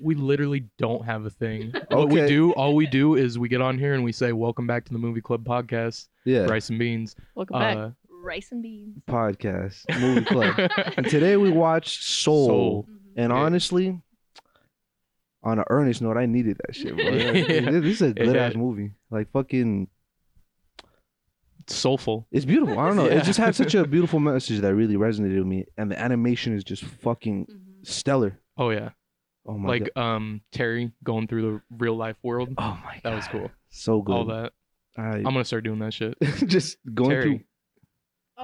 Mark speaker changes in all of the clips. Speaker 1: we literally don't have a thing. What we
Speaker 2: Okay.
Speaker 1: do, all we do is we get on here and we say, "Welcome back to the Movie Club podcast,
Speaker 2: Yeah,
Speaker 1: Rice and Beans."
Speaker 3: Welcome back.
Speaker 1: Uh,
Speaker 3: Rice and beans.
Speaker 2: podcast, movie club. and today we watched Soul,
Speaker 1: Soul.
Speaker 3: Mhm.
Speaker 2: and
Speaker 1: Yeah.
Speaker 2: honestly, on an earnest note, I needed that shit. Bro.
Speaker 1: Yeah.
Speaker 2: This is a
Speaker 1: Yeah.
Speaker 2: good ass movie. Like fucking,
Speaker 1: soulful.
Speaker 2: it's beautiful. I don't know.
Speaker 1: Yeah.
Speaker 2: It just had such a beautiful message that really resonated with me, and the animation is just fucking
Speaker 4: Mm-hmm.
Speaker 3: Mhm.
Speaker 2: stellar.
Speaker 1: Oh yeah,
Speaker 2: Oh my
Speaker 1: like
Speaker 2: god.
Speaker 1: um Terry going through the real life world.
Speaker 2: Oh my god.
Speaker 1: That was cool.
Speaker 2: So good.
Speaker 1: All that.
Speaker 2: I,
Speaker 1: I'm gonna start doing that shit.
Speaker 2: just going
Speaker 1: Terry.
Speaker 2: through.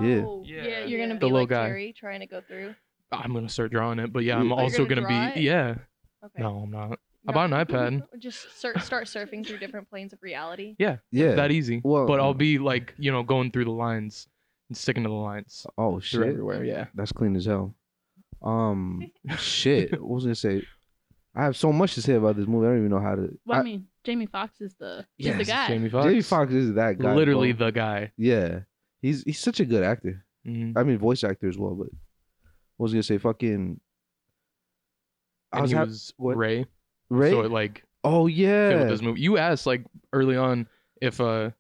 Speaker 2: Yeah.
Speaker 3: Oh,
Speaker 1: Yeah.
Speaker 3: yeah. You're gonna
Speaker 1: The
Speaker 3: be
Speaker 1: little
Speaker 3: like
Speaker 1: guy.
Speaker 3: Terry trying to go through.
Speaker 1: I'm gonna start drawing it, but yeah, I'm
Speaker 2: You're
Speaker 1: also
Speaker 3: gonna
Speaker 1: gonna,
Speaker 3: draw
Speaker 1: be
Speaker 3: it?
Speaker 1: yeah.
Speaker 3: Okay.
Speaker 1: No, I'm not. I bought an iPad.
Speaker 3: Just sur- start surfing through different planes of reality.
Speaker 2: Yeah.
Speaker 1: That e easy.
Speaker 2: Well,
Speaker 1: but I'll be like, you know, going through the lines and sticking to the lines.
Speaker 2: Oh
Speaker 1: Through
Speaker 2: shit.
Speaker 1: everywhere, yeah.
Speaker 2: That's clean as hell. Um, shit. What was I gonna say? I have so much to say about this movie. I don't even know how to.
Speaker 4: Well,
Speaker 2: I-
Speaker 4: I, mean, Jamie Foxx is the he's the
Speaker 2: Yes,
Speaker 4: guy.
Speaker 1: Jamie Foxx.
Speaker 2: Jamie Foxx is that guy.
Speaker 1: Literally
Speaker 2: bro.
Speaker 1: the guy.
Speaker 2: yeah. He's he's such a good actor.
Speaker 1: Mhm.
Speaker 2: I mean, voice actor as well. But what was I gonna say? Fucking. I
Speaker 1: And
Speaker 2: was,
Speaker 1: he
Speaker 2: hap-
Speaker 1: was
Speaker 2: what-
Speaker 1: Ray.
Speaker 2: Ray.
Speaker 1: So it like
Speaker 2: oh
Speaker 1: fit with
Speaker 2: yeah.
Speaker 1: this movie. You asked like early on if uh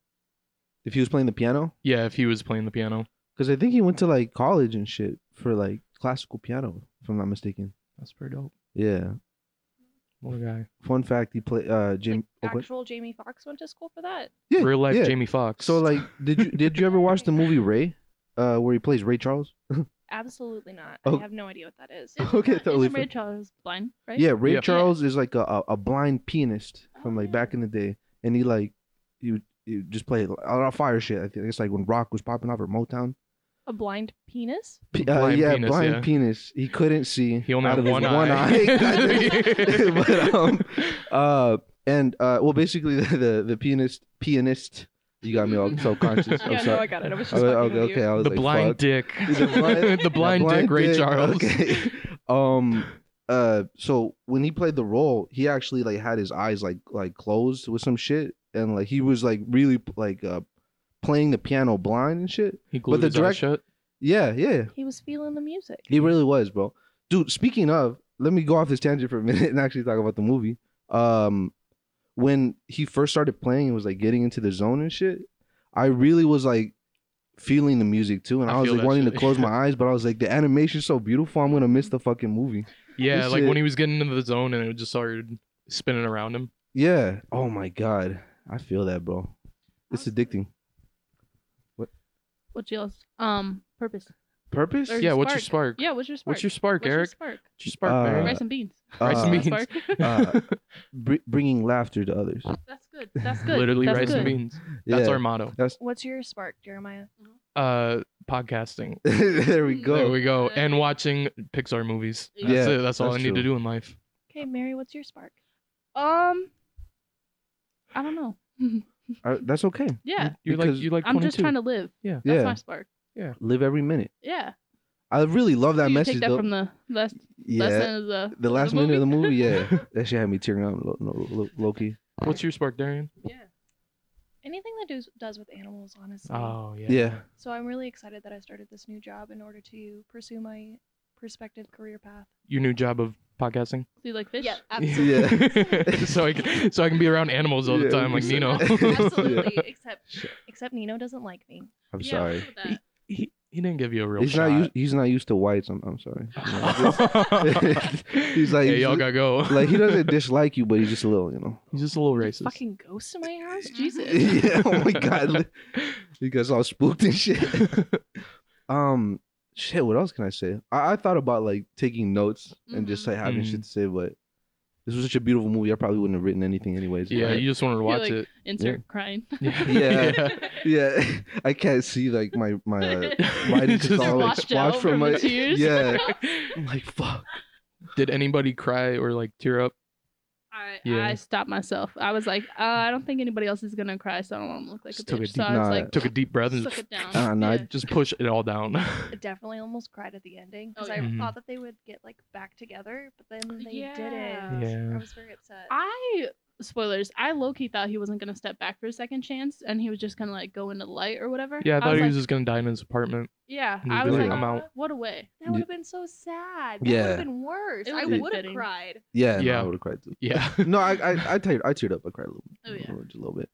Speaker 2: If he was playing the piano,
Speaker 1: yeah, if he was playing the piano.
Speaker 2: because I think he went to like college and shit for like classical piano, if I'm not mistaken.
Speaker 1: That's pretty dope.
Speaker 2: Yeah.
Speaker 1: What a guy.
Speaker 2: Fun fact: He played uh Jamie.
Speaker 3: Like, actual Jamie Foxx went to school for that.
Speaker 2: yeah,
Speaker 1: Real life
Speaker 2: yeah.
Speaker 1: Jamie Foxx.
Speaker 2: So like, did you did you ever watch the movie Ray, uh, where he plays Ray Charles?
Speaker 3: Absolutely not.
Speaker 2: Oh.
Speaker 3: I have no idea what that is.
Speaker 2: Okay, totally
Speaker 4: Isn't Ray
Speaker 2: fair.
Speaker 4: Charles blind, right?
Speaker 2: Yeah, Ray
Speaker 1: Yeah.
Speaker 2: Charles is like a, a, a blind pianist from like back in the day, and he like he would, he would just play a lot of fire shit. I think it's like when rock was popping off or Motown.
Speaker 3: A blind penis?
Speaker 2: P- uh,
Speaker 1: Blind
Speaker 2: yeah,
Speaker 1: penis,
Speaker 2: blind
Speaker 1: yeah.
Speaker 2: penis. He couldn't see.
Speaker 1: he only
Speaker 2: out
Speaker 1: had
Speaker 2: of his
Speaker 1: one,
Speaker 2: eye. but um, uh, and uh, well, basically the, the the pianist pianist. You got me all self-conscious. I'm
Speaker 3: yeah, no, I
Speaker 2: sorry.
Speaker 3: got it. I was
Speaker 2: Uh,
Speaker 3: just fucking
Speaker 2: okay,
Speaker 3: with
Speaker 2: okay,
Speaker 3: you.
Speaker 2: I was
Speaker 1: the
Speaker 2: like,
Speaker 1: blind
Speaker 2: fuck.
Speaker 1: dick.
Speaker 2: The blind-
Speaker 1: the blind
Speaker 2: blind
Speaker 1: dick, Ray
Speaker 2: dick,
Speaker 1: Charles.
Speaker 2: okay. um uh so when he played the role he actually like had his eyes like like closed with some shit and like he was like really like uh playing the piano blind and shit
Speaker 1: He glued
Speaker 2: the
Speaker 1: his eyes
Speaker 2: direct-
Speaker 1: shut.
Speaker 2: yeah yeah
Speaker 3: He was feeling the music.
Speaker 1: Mm-hmm.
Speaker 2: he really was bro dude speaking of let me go off this tangent for a minute and actually talk about the movie um when he first started playing and was like getting into the zone and shit i really was like feeling the music too and
Speaker 1: I
Speaker 2: i, was
Speaker 1: feel
Speaker 2: like
Speaker 1: that
Speaker 2: wanting
Speaker 1: shit.
Speaker 2: to close my eyes but i was like the animation's so beautiful i'm gonna miss the fucking movie
Speaker 1: Yeah, like
Speaker 2: This
Speaker 1: when
Speaker 2: shit-
Speaker 1: he was getting into the zone and it just started spinning around him.
Speaker 2: Yeah. Oh my god. I feel that, bro. It's addicting.
Speaker 4: What else? Um, purpose.
Speaker 2: Purpose?
Speaker 4: There's
Speaker 1: yeah,
Speaker 4: a
Speaker 1: what's your spark?
Speaker 4: Yeah, what's your spark?
Speaker 1: What's your spark,
Speaker 4: What's your
Speaker 1: Eric?
Speaker 4: spark?
Speaker 1: What's your spark,
Speaker 2: Uh,
Speaker 1: Barry?
Speaker 4: Rice and beans.
Speaker 1: rice and
Speaker 2: Uh,
Speaker 1: beans.
Speaker 4: Spark.
Speaker 2: uh, br- bringing laughter to others.
Speaker 4: That's good. That's good.
Speaker 1: Literally
Speaker 4: That's
Speaker 1: rice
Speaker 4: good.
Speaker 1: and beans.
Speaker 2: Yeah.
Speaker 1: That's our motto.
Speaker 3: What's your spark, Jeremiah?
Speaker 1: Uh podcasting.
Speaker 2: there we go.
Speaker 1: There we go. And watching Pixar movies. That's
Speaker 2: Yeah,
Speaker 1: it. That's, all I
Speaker 2: that's
Speaker 1: need to
Speaker 2: true.
Speaker 1: do in life.
Speaker 3: Okay, Mary, what's your spark?
Speaker 4: Um, I don't know.
Speaker 2: Uh, that's okay.
Speaker 4: Yeah,
Speaker 1: You're like
Speaker 2: Because
Speaker 1: you like
Speaker 4: I'm just
Speaker 1: 22.
Speaker 4: trying to live.
Speaker 1: Yeah.
Speaker 4: That's
Speaker 2: Yeah.
Speaker 4: my spark.
Speaker 2: Live every minute.
Speaker 4: Yeah.
Speaker 2: I really love that
Speaker 4: you
Speaker 2: message
Speaker 4: take that
Speaker 2: though.
Speaker 4: from the last
Speaker 2: yeah.
Speaker 4: lesson of the
Speaker 2: the last
Speaker 4: the
Speaker 2: minute of the movie, yeah. that shit had me tearing up, lo- lo- lo- Loki.
Speaker 1: What's your spark, Darian?
Speaker 4: yeah.
Speaker 3: Anything that does, does with animals, honestly.
Speaker 1: Oh yeah.
Speaker 2: Yeah.
Speaker 3: So I'm really excited that I started this new job in order to pursue my prospective career path.
Speaker 1: Your new job of podcasting.
Speaker 4: Do you like fish?
Speaker 3: Yeah, absolutely.
Speaker 2: Yeah.
Speaker 1: so I can, so I can be around animals all the
Speaker 2: Yeah,
Speaker 1: time like Nino.
Speaker 3: Absolutely. Except except Nino doesn't like me.
Speaker 2: I'm
Speaker 4: Yeah,
Speaker 2: sorry.
Speaker 4: with that.
Speaker 1: he, he didn't give you a real
Speaker 2: He's
Speaker 1: shot.
Speaker 2: not used he's not used to whites. I'm, I'm sorry. He's like-
Speaker 1: hey, y'all gotta go.
Speaker 2: like he doesn't dislike you, but he's just a little, you know.
Speaker 1: He's just a little racist.
Speaker 3: Fucking ghost in my house? Jesus.
Speaker 2: yeah, oh my god. You guys all spooked and shit. um shit, what else can I say? I, I thought about like taking notes and just
Speaker 4: Mhm.
Speaker 2: like having
Speaker 1: Mhm.
Speaker 2: shit to say, but this was such a beautiful movie. I probably wouldn't have written anything anyways.
Speaker 1: Yeah,
Speaker 2: right?
Speaker 1: you just wanted to watch
Speaker 4: like-
Speaker 1: it.
Speaker 4: Insert crying.
Speaker 1: Yeah.
Speaker 2: Yeah. yeah. I can't see like my my uh, writing
Speaker 1: Just
Speaker 2: just all like
Speaker 4: washed out
Speaker 2: splotched from,
Speaker 4: from
Speaker 2: my
Speaker 4: the tears.
Speaker 2: yeah. I'm like fuck.
Speaker 1: Did anybody cry or like tear up?
Speaker 4: I,
Speaker 1: Yeah.
Speaker 4: I stopped myself. I was like, uh, I don't think anybody else is gonna cry, so I don't want to look like
Speaker 1: Just
Speaker 4: a
Speaker 1: took a
Speaker 4: bitch.
Speaker 1: deep
Speaker 4: so I was
Speaker 2: nah.
Speaker 4: like,
Speaker 1: Took a deep breath and
Speaker 4: suck it down.
Speaker 2: Ah, nah,
Speaker 4: Yeah.
Speaker 1: just push it all down.
Speaker 3: I definitely almost cried at the ending because
Speaker 4: Oh,
Speaker 3: I
Speaker 1: yeah. Mhm.
Speaker 3: thought that they would get like back together, but then they
Speaker 4: Yeah.
Speaker 3: didn't.
Speaker 1: Yeah.
Speaker 3: I was very upset.
Speaker 4: I spoilers. I low key thought he wasn't gonna step back for a second chance, and he was just gonna like go into the light or whatever.
Speaker 1: Yeah, I thought he
Speaker 4: like,
Speaker 1: was just gonna die in his apartment.
Speaker 4: Yeah,
Speaker 1: and he'd
Speaker 4: I
Speaker 1: be
Speaker 4: was
Speaker 1: like,
Speaker 4: like,
Speaker 1: "I'm out."
Speaker 4: What a way.
Speaker 3: That would have been so sad. That would
Speaker 2: Yeah.
Speaker 3: have been worse.
Speaker 4: It
Speaker 3: I
Speaker 4: would've been
Speaker 3: would have
Speaker 4: fitting.
Speaker 3: cried.
Speaker 2: Yeah, no,
Speaker 1: Yeah.
Speaker 2: I would have cried too.
Speaker 1: Yeah,
Speaker 2: no, I I I teared, I teared up. I cried a little,
Speaker 4: Oh yeah.
Speaker 2: just a little bit.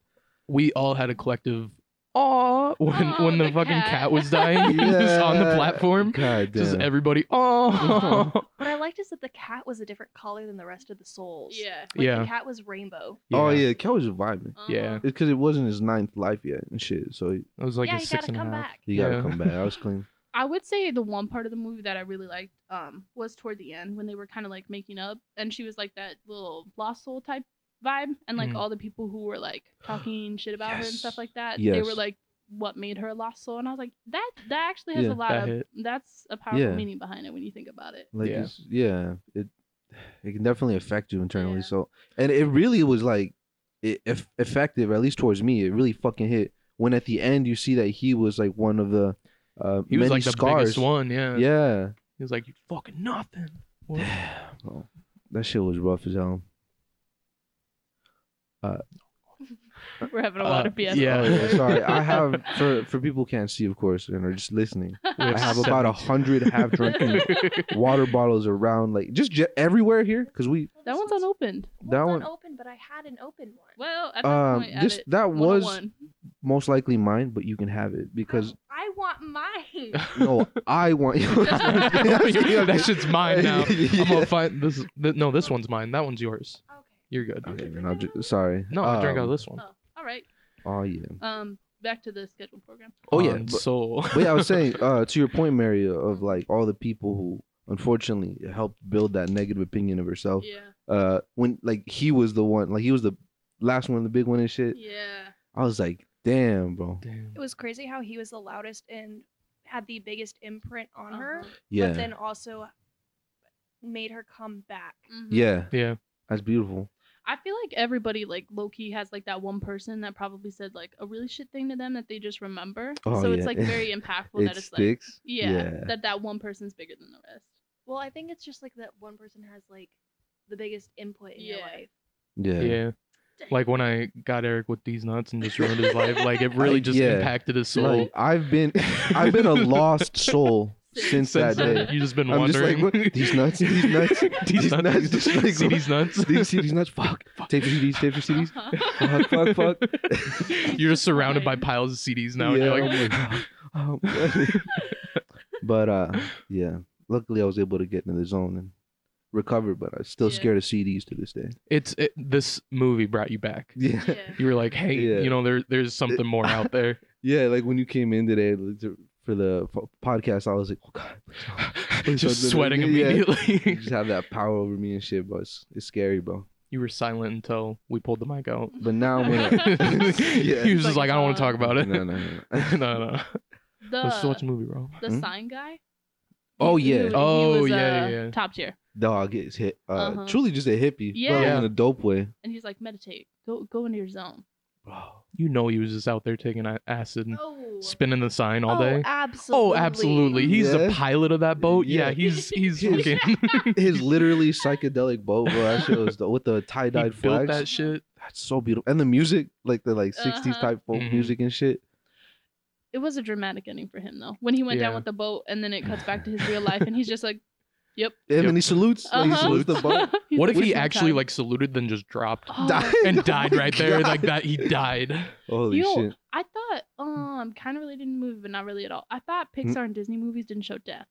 Speaker 1: we all had a collective. Aw, when
Speaker 4: Aw,
Speaker 1: when the,
Speaker 4: the
Speaker 1: fucking cat,
Speaker 4: cat.
Speaker 1: was dying he was on the
Speaker 2: Yeah.
Speaker 1: platform,
Speaker 2: God damn.
Speaker 1: just everybody. Oh,
Speaker 3: What I liked is that the cat was a different color than the rest of the souls.
Speaker 4: Yeah.
Speaker 3: Like,
Speaker 1: Yeah.
Speaker 3: The cat was rainbow.
Speaker 2: oh yeah, Kel was just vibing.
Speaker 1: Yeah.
Speaker 2: It's because it wasn't his ninth life yet and shit. So he,
Speaker 1: It was like
Speaker 3: yeah,
Speaker 1: a
Speaker 3: you
Speaker 1: six
Speaker 3: gotta
Speaker 1: and a half.
Speaker 3: come back.
Speaker 2: he gotta
Speaker 1: Yeah.
Speaker 2: come back. I was clean.
Speaker 4: I would say the one part of the movie that I really liked um was toward the end when they were kind of like making up and she was like that little lost soul type vibe and like
Speaker 1: Mhm.
Speaker 4: all the people who were like talking shit about her and stuff
Speaker 2: Mm. Yes.
Speaker 4: like that they
Speaker 2: Yes.
Speaker 4: were like what made her a lost soul and I was like that that actually has
Speaker 2: Yeah,
Speaker 4: a lot
Speaker 1: that
Speaker 4: of
Speaker 1: hit.
Speaker 4: that's a powerful
Speaker 2: Yeah.
Speaker 4: meaning behind it when you think about it.
Speaker 2: Like
Speaker 1: Yeah.
Speaker 2: yeah, yeah it it can definitely affect you internally.
Speaker 4: Yeah.
Speaker 2: So and it really was like it, eff- effective at least towards me. It really fucking hit when at the end you see that he was like one of the uh,
Speaker 1: He was
Speaker 2: many
Speaker 1: like the
Speaker 2: scars.
Speaker 1: biggest one. Yeah.
Speaker 2: Yeah.
Speaker 1: He was like, "You fucking nothing." What?
Speaker 2: Damn. Oh, that shit was rough as hell.
Speaker 4: We're having a
Speaker 1: Uh,
Speaker 4: lot of BS.
Speaker 1: yeah.
Speaker 2: Oh, yeah, sorry, I have for for people who can't see, of course, and are just listening.
Speaker 1: We
Speaker 2: I have about a hundred half drunken water bottles around, like just je- everywhere here, because we
Speaker 4: that one's unopened.
Speaker 2: that
Speaker 3: one's
Speaker 2: one-
Speaker 3: unopened, but I had an open one.
Speaker 4: Well, at this
Speaker 2: um
Speaker 4: point,
Speaker 2: this
Speaker 4: edit
Speaker 2: that was
Speaker 4: 101.
Speaker 2: most likely mine, but you can have it because
Speaker 3: I want mine.
Speaker 1: Oh.
Speaker 2: no, I want yours.
Speaker 1: that shit's mine now.
Speaker 2: Yeah.
Speaker 1: I'm gonna find this. th- no, this one's mine. That one's yours.
Speaker 3: Okay.
Speaker 1: You're good.
Speaker 2: Okay, then I'll ju- sorry.
Speaker 1: No, I drank out
Speaker 2: Um,
Speaker 1: of this one.
Speaker 4: Oh, all right.
Speaker 2: Oh yeah.
Speaker 4: Um, back to the scheduled program.
Speaker 2: Oh yeah.
Speaker 1: On
Speaker 2: but-
Speaker 1: soul.
Speaker 2: but yeah, I was saying uh, to your point, Mary, of like all the people who unfortunately helped build that negative opinion of herself.
Speaker 4: Yeah,
Speaker 2: Uh, when like he was the one, like he was the last one, the big one and shit.
Speaker 4: yeah.
Speaker 2: I was like, damn, bro.
Speaker 1: Damn.
Speaker 3: It was crazy how he was the loudest and had the biggest imprint on her,
Speaker 4: Uh-huh.
Speaker 2: Yeah,
Speaker 3: but then also made her come back.
Speaker 4: Mhm.
Speaker 2: yeah,
Speaker 1: Yeah.
Speaker 2: that's beautiful.
Speaker 4: I feel like everybody like low key has like that one person that probably said like a really shit thing to them that they just remember.
Speaker 2: Oh,
Speaker 4: so it's
Speaker 2: yeah.
Speaker 4: like very impactful
Speaker 2: it
Speaker 4: that it's like
Speaker 2: sticks.
Speaker 4: yeah, that that one person's bigger than the rest.
Speaker 3: Well, I think it's just like that one person has like the biggest input in your
Speaker 4: Yeah.
Speaker 3: life.
Speaker 2: yeah,
Speaker 1: yeah,
Speaker 2: yeah.
Speaker 1: Like when I got Eric with these nuts and just ruined his life. Like it really
Speaker 2: I-
Speaker 1: just
Speaker 2: yeah.
Speaker 1: impacted his soul.
Speaker 2: Like I've been, I've been a lost soul since,
Speaker 4: Since
Speaker 2: that
Speaker 1: then,
Speaker 2: day.
Speaker 1: You just been
Speaker 2: I'm just
Speaker 1: wondering.
Speaker 2: like, what? these nuts, these nuts,
Speaker 1: these nuts.
Speaker 2: just like,
Speaker 1: see these nuts.
Speaker 2: Did you see these nuts? Fuck. Tape your CDs, tape your CDs.
Speaker 4: Uh-huh.
Speaker 2: Fuck, fuck, fuck.
Speaker 1: You're just surrounded by piles of CDs now, and you're like, oh
Speaker 2: Yeah, I'm like, um, but uh, yeah. Luckily, I was able to get into the zone and recover. But I'm still
Speaker 4: Yeah.
Speaker 2: scared of CDs to this day.
Speaker 1: "It's it, this movie brought you back."
Speaker 2: Yeah,
Speaker 4: yeah.
Speaker 1: You were like, "Hey,
Speaker 2: Yeah.
Speaker 1: you know, there there's something more out there."
Speaker 2: yeah. Like when you came in today like, to- for the fo- podcast, I was like, oh god, Please don't do
Speaker 1: just
Speaker 2: that.
Speaker 1: sweating
Speaker 2: Yeah.
Speaker 1: immediately.
Speaker 2: you just have that power over me and shit. But it's, it's scary, bro.
Speaker 1: you were silent until we pulled the mic out.
Speaker 2: But now I'm
Speaker 1: yeah.
Speaker 2: gonna. Yeah.
Speaker 1: He was just like, "I don't want to talk about
Speaker 2: no,
Speaker 1: it."
Speaker 2: no, no. no.
Speaker 1: no, no. Let's watch a
Speaker 4: The
Speaker 1: movie, bro.
Speaker 4: the
Speaker 2: Hmm?
Speaker 4: sign guy.
Speaker 2: Oh,
Speaker 4: He- he
Speaker 2: yeah.
Speaker 4: was- he
Speaker 1: Oh,
Speaker 4: was,
Speaker 1: yeah,
Speaker 4: uh,
Speaker 1: yeah, yeah.
Speaker 4: Top tier,
Speaker 2: Dog is hit. Uh,
Speaker 4: Uh-huh.
Speaker 2: Truly, just a hippie. but, like,
Speaker 4: Yeah.
Speaker 2: in a dope way.
Speaker 4: and he's like meditate, go go into your zone.
Speaker 2: Bro.
Speaker 1: You know, he was just out there taking a- acid and
Speaker 4: Oh,
Speaker 1: spinning the sign all day.
Speaker 3: Oh, absolutely.
Speaker 1: Oh, absolutely. He's the
Speaker 2: Yeah.
Speaker 1: pilot of that boat. Yeah,
Speaker 2: Yeah.
Speaker 1: he's he's
Speaker 2: He's-
Speaker 1: fucking
Speaker 2: His literally psychedelic boat, bro. That shit was dope. with the tie
Speaker 1: he
Speaker 2: dyed
Speaker 1: built
Speaker 2: flags.
Speaker 1: that shit.
Speaker 2: That's so beautiful. And the music, like the like 60s
Speaker 4: Uh-huh.
Speaker 2: type folk
Speaker 1: Mhm.
Speaker 2: music and shit.
Speaker 4: it was a dramatic ending for him though. When he went down
Speaker 1: Yeah.
Speaker 4: with the boat, and then it cuts back to his real life, and he's just like, "Yep."
Speaker 2: And
Speaker 1: Yep.
Speaker 2: then he salutes. Like, he
Speaker 4: Uh-huh.
Speaker 2: salutes the boat.
Speaker 4: He's
Speaker 1: What
Speaker 4: like,
Speaker 1: if he
Speaker 4: "Wishing
Speaker 1: actually
Speaker 4: time."
Speaker 1: like saluted then just dropped
Speaker 4: Oh,
Speaker 2: Died.
Speaker 1: and
Speaker 2: Oh
Speaker 1: died
Speaker 2: my
Speaker 1: right there
Speaker 2: God.
Speaker 1: like that? He died.
Speaker 2: Holy
Speaker 4: Yo,
Speaker 2: shit.
Speaker 4: I
Speaker 1: Mm.
Speaker 4: thought, um, kind of related to the movie, but not really at all. I thought Pixar and Disney movies didn't show death.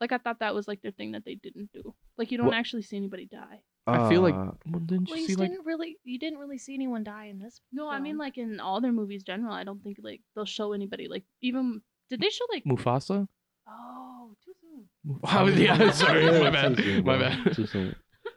Speaker 4: Like I thought that was like their thing that they didn't do. Like you don't
Speaker 2: What-
Speaker 4: actually see anybody die.
Speaker 1: I feel like
Speaker 2: Uh,
Speaker 1: well, didn't
Speaker 3: Well,
Speaker 1: you
Speaker 3: you
Speaker 1: see
Speaker 3: didn't
Speaker 1: like
Speaker 3: really, you didn't really see anyone die in this.
Speaker 4: No, I mean
Speaker 3: film.
Speaker 4: like in all their movies general, I don't think like they'll show anybody. Like even did they show like
Speaker 1: Mufasa?
Speaker 4: oh too soon?
Speaker 1: I was- Oh, yeah, sorry,
Speaker 2: yeah,
Speaker 1: my
Speaker 2: too soon,
Speaker 1: bad, my
Speaker 2: bro.
Speaker 1: bad.
Speaker 2: Too soon.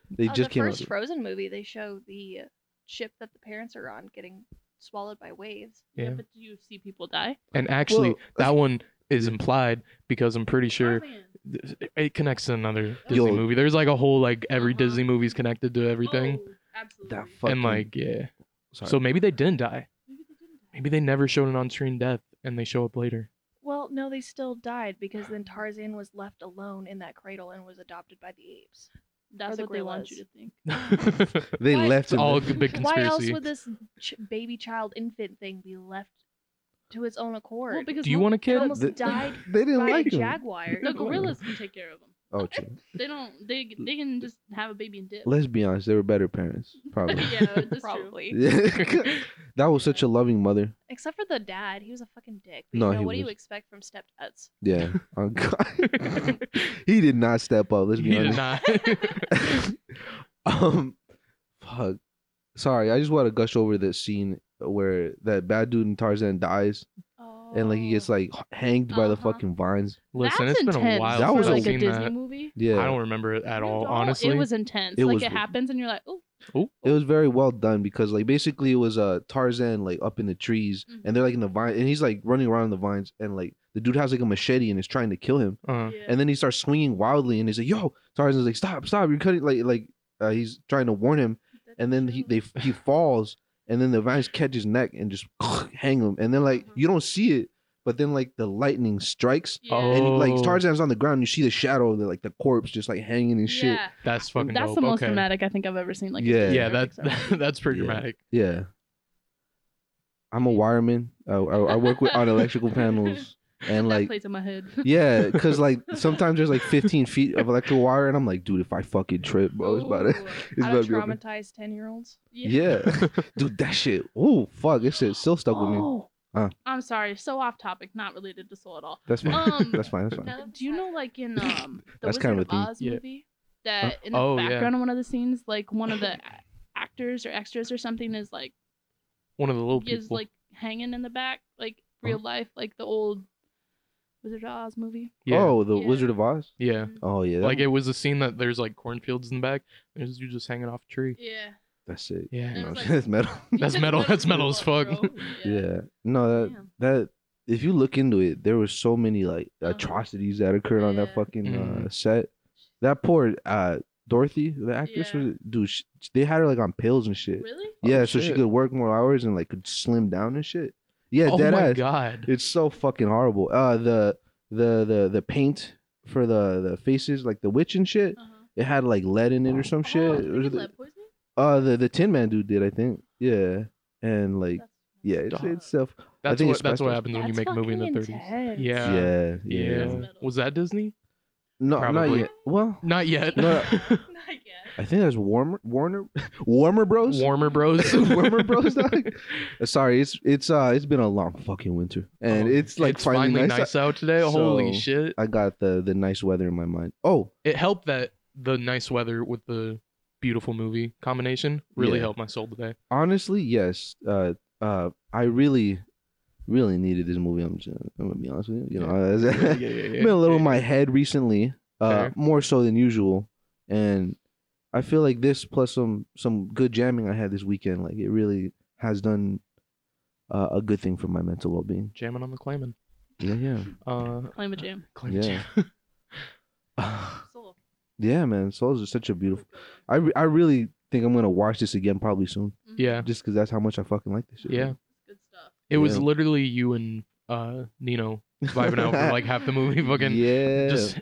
Speaker 2: They
Speaker 3: Oh,
Speaker 2: just
Speaker 3: the
Speaker 2: came out.
Speaker 3: first Frozen movie, they show the ship that the parents are on getting swallowed by waves.
Speaker 4: Yeah.
Speaker 1: Yeah.
Speaker 4: but do you see people die?
Speaker 1: And actually,
Speaker 2: Well,
Speaker 1: that one is implied because I'm pretty sure
Speaker 4: Oh, man.
Speaker 1: th- it connects to another Disney
Speaker 2: Yo.
Speaker 1: movie. There's like a whole like every
Speaker 4: Uh-huh.
Speaker 1: Disney movie's connected to everything,
Speaker 4: Oh, absolutely.
Speaker 2: That fucking.
Speaker 1: and like yeah.
Speaker 2: sorry.
Speaker 1: So maybe they didn't die.
Speaker 4: Maybe they didn't die.
Speaker 1: Maybe they never showed an on-screen death, and they show up later.
Speaker 3: Well, no, they still died because then Tarzan was left alone in that cradle and was adopted by the apes.
Speaker 4: That's
Speaker 3: the
Speaker 4: what they want you
Speaker 3: gorillas.
Speaker 4: to think.
Speaker 1: it's
Speaker 2: They
Speaker 3: Why-
Speaker 2: left him.
Speaker 1: all a big conspiracy.
Speaker 3: Why else would this ch- baby child infant thing be left to its own accord?
Speaker 4: Well, because
Speaker 1: Do you
Speaker 4: mo-
Speaker 1: want a
Speaker 3: it
Speaker 1: kid?
Speaker 3: almost
Speaker 2: The-
Speaker 3: died
Speaker 2: they didn't
Speaker 3: by
Speaker 2: like
Speaker 3: a
Speaker 2: him.
Speaker 3: jaguar.
Speaker 4: the gorillas can take care of them.
Speaker 2: Oh, true.
Speaker 4: They don't. They they can just have a baby and dip.
Speaker 2: Let's be honest. They were better parents, probably.
Speaker 4: yeah, that's true.
Speaker 3: Probably.
Speaker 2: that was such a loving mother.
Speaker 3: Except for the dad, he was a fucking dick. But,
Speaker 2: No,
Speaker 3: you know,
Speaker 2: Oh, he
Speaker 3: what do you
Speaker 2: was.
Speaker 3: expect from stepdads?
Speaker 2: Yeah. Oh, God. he did not step up. Let's be
Speaker 1: he did
Speaker 2: honest.
Speaker 1: not.
Speaker 2: um, fuck. Sorry, I just want to gush over this scene where that bad dude in Tarzan dies
Speaker 3: Oh.
Speaker 2: and like he gets like h- hanged by the
Speaker 4: Uh-huh.
Speaker 2: fucking vines.
Speaker 1: Listen,
Speaker 4: that's
Speaker 1: it's been a
Speaker 4: intense
Speaker 1: while
Speaker 2: That
Speaker 1: since
Speaker 2: was
Speaker 4: for
Speaker 1: I've
Speaker 4: like a
Speaker 1: seen
Speaker 4: Disney
Speaker 1: that.
Speaker 4: movie.
Speaker 2: Yeah,
Speaker 1: I don't remember it at
Speaker 4: You
Speaker 1: all,
Speaker 4: don't.
Speaker 1: honestly.
Speaker 4: It was intense.
Speaker 2: It
Speaker 4: like
Speaker 2: was-
Speaker 4: it happens, and you're like, oh,
Speaker 2: it was very well done because like basically it was uh Tarzan like up in the trees
Speaker 4: Mhm.
Speaker 2: and they're like in the vine and he's like running around in the vines and like the dude has like a machete and is trying to kill him
Speaker 1: Uh,
Speaker 2: and then he starts swinging wildly and he's like yo Tarzan's like stop stop you're cutting like like uh, he's trying to warn him and then he they he falls and then the vines catch his neck and just hang him and then like
Speaker 4: Mhm.
Speaker 2: you don't see it but then like the lightning strikes and
Speaker 1: Oh,
Speaker 2: like
Speaker 1: Oh.
Speaker 2: Tarzan's on the ground you see the shadow of the, like the corpse just like hanging and shit
Speaker 4: Yeah.
Speaker 1: that's fucking
Speaker 4: That's
Speaker 1: dope.
Speaker 4: the most
Speaker 1: oh, okay.
Speaker 4: dramatic I think I've ever seen. Like,
Speaker 2: Yeah.
Speaker 1: Yeah, that's that's pretty
Speaker 2: Yeah.
Speaker 1: dramatic.
Speaker 2: yeah I'm a wireman I, I, I work with on electrical panels and
Speaker 4: that
Speaker 2: like
Speaker 4: plays in my head.
Speaker 2: yeah because like sometimes there's like 15 feet of electrical wire and I'm like dude if I fucking trip bro it's about to
Speaker 4: Ooh.
Speaker 2: it's
Speaker 3: How
Speaker 2: about
Speaker 3: to
Speaker 2: to be over.
Speaker 3: traumatize 10 year olds.
Speaker 2: yeah dude that shit oh fuck this shit still stuck with me
Speaker 4: Oh.
Speaker 2: Huh.
Speaker 4: I'm sorry, so off topic, not related to soul at all.
Speaker 2: that's fine
Speaker 4: Um,
Speaker 2: that's fine that's fine
Speaker 4: do you know, like in um, the
Speaker 2: That's
Speaker 4: Wizard
Speaker 2: kind of
Speaker 4: of,
Speaker 2: a theme.
Speaker 4: Oz
Speaker 1: Yeah.
Speaker 4: movie,
Speaker 2: Uh,
Speaker 4: that in the
Speaker 1: Oh, yeah.
Speaker 4: background of one of the scenes, like one of the a- actors or extras or something is like
Speaker 1: One of the little
Speaker 4: is
Speaker 1: people.
Speaker 4: like hanging in the back, like real life, like the old Wizard of Oz movie. Mm.
Speaker 1: yeah.
Speaker 2: Oh, the
Speaker 4: Yeah.
Speaker 2: Wizard of Oz.
Speaker 1: yeah.
Speaker 2: Oh yeah, that-
Speaker 1: Like it was a scene that there's like cornfields in the back. There's you just hanging off a tree.
Speaker 4: Yeah,
Speaker 2: that's it.
Speaker 1: Yeah.
Speaker 4: It was like-
Speaker 2: that's metal.
Speaker 1: That's metal- that's metal as fuck.
Speaker 2: Yeah. no, that
Speaker 4: Damn.
Speaker 2: that if you look into it, there were so many like
Speaker 4: Uh-huh.
Speaker 2: atrocities that occurred on that
Speaker 4: Yeah.
Speaker 2: fucking uh,
Speaker 1: Mhm.
Speaker 2: set. That poor uh Dorothy, the actress,
Speaker 4: Yeah.
Speaker 2: was, dude, she, they had her like on pills and shit.
Speaker 4: Really?
Speaker 2: Yeah,
Speaker 1: Oh,
Speaker 2: so she
Speaker 1: shit.
Speaker 2: could work more hours and like could slim down and shit. Yeah,
Speaker 1: oh
Speaker 2: dead
Speaker 1: my
Speaker 2: ass.
Speaker 1: god.
Speaker 2: It's so fucking horrible. Uh, the the the the paint for the the faces, like the witch and shit,
Speaker 4: Uh-huh.
Speaker 1: Oh,
Speaker 2: it had like lead in it or some shit.
Speaker 4: Oh,
Speaker 2: It was-
Speaker 4: lead poisoning?
Speaker 2: Uh, the the Tin Man dude did, I think. Yeah, and like,
Speaker 4: That's-
Speaker 2: yeah, it's
Speaker 1: Dog.
Speaker 2: it's stuff.
Speaker 1: That's
Speaker 2: think
Speaker 1: what
Speaker 2: it's
Speaker 1: that's what
Speaker 2: special.
Speaker 1: happens when you
Speaker 3: That's
Speaker 1: make a movie in the
Speaker 3: fucking
Speaker 1: 30s.
Speaker 3: intense.
Speaker 1: Yeah.
Speaker 2: Yeah, yeah.
Speaker 1: Yeah.
Speaker 4: Yeah.
Speaker 1: Was that Disney?
Speaker 2: No, not
Speaker 1: Probably.
Speaker 2: yet. Well,
Speaker 1: Not yet.
Speaker 2: No.
Speaker 4: I guess.
Speaker 2: I think that's Warmer Warner Warmer Bros.
Speaker 1: Warmer Bros.
Speaker 2: Warmer Bros. Dog. Sorry, it's it's uh it's been a long fucking winter, and
Speaker 1: Oh,
Speaker 2: it's like
Speaker 1: it's
Speaker 2: finally, nice.
Speaker 1: nice out today. Holy
Speaker 2: So-
Speaker 1: shit.
Speaker 2: I got the the nice weather in my mind. Oh,
Speaker 1: It helped that the nice weather with the beautiful movie combination really
Speaker 2: Yeah.
Speaker 1: helped my soul today.
Speaker 2: honestly, yes. Uh, uh, I really, really needed this movie. I'm just, I'm gonna be honest with you. You know, been a little in my head recently, uh,
Speaker 1: Fair.
Speaker 2: more so than usual, and I feel like this plus some some good jamming I had this weekend, like it really has done uh, a good thing for my mental well being.
Speaker 1: jamming on the claiming.
Speaker 2: Yeah, yeah,
Speaker 1: Uh,
Speaker 4: Claim a jam.
Speaker 1: claim
Speaker 2: Yeah.
Speaker 1: jam.
Speaker 4: Soul.
Speaker 2: yeah, man. Souls is such a beautiful. I re- I really think I'm gonna watch this again probably soon,
Speaker 4: Mhm.
Speaker 1: yeah.
Speaker 2: just because that's how much I fucking like this shit.
Speaker 1: Yeah.
Speaker 4: Good stuff.
Speaker 1: It was
Speaker 2: Yeah.
Speaker 1: literally you and uh Nino vibing out for like half the movie, fucking
Speaker 2: yeah.
Speaker 1: just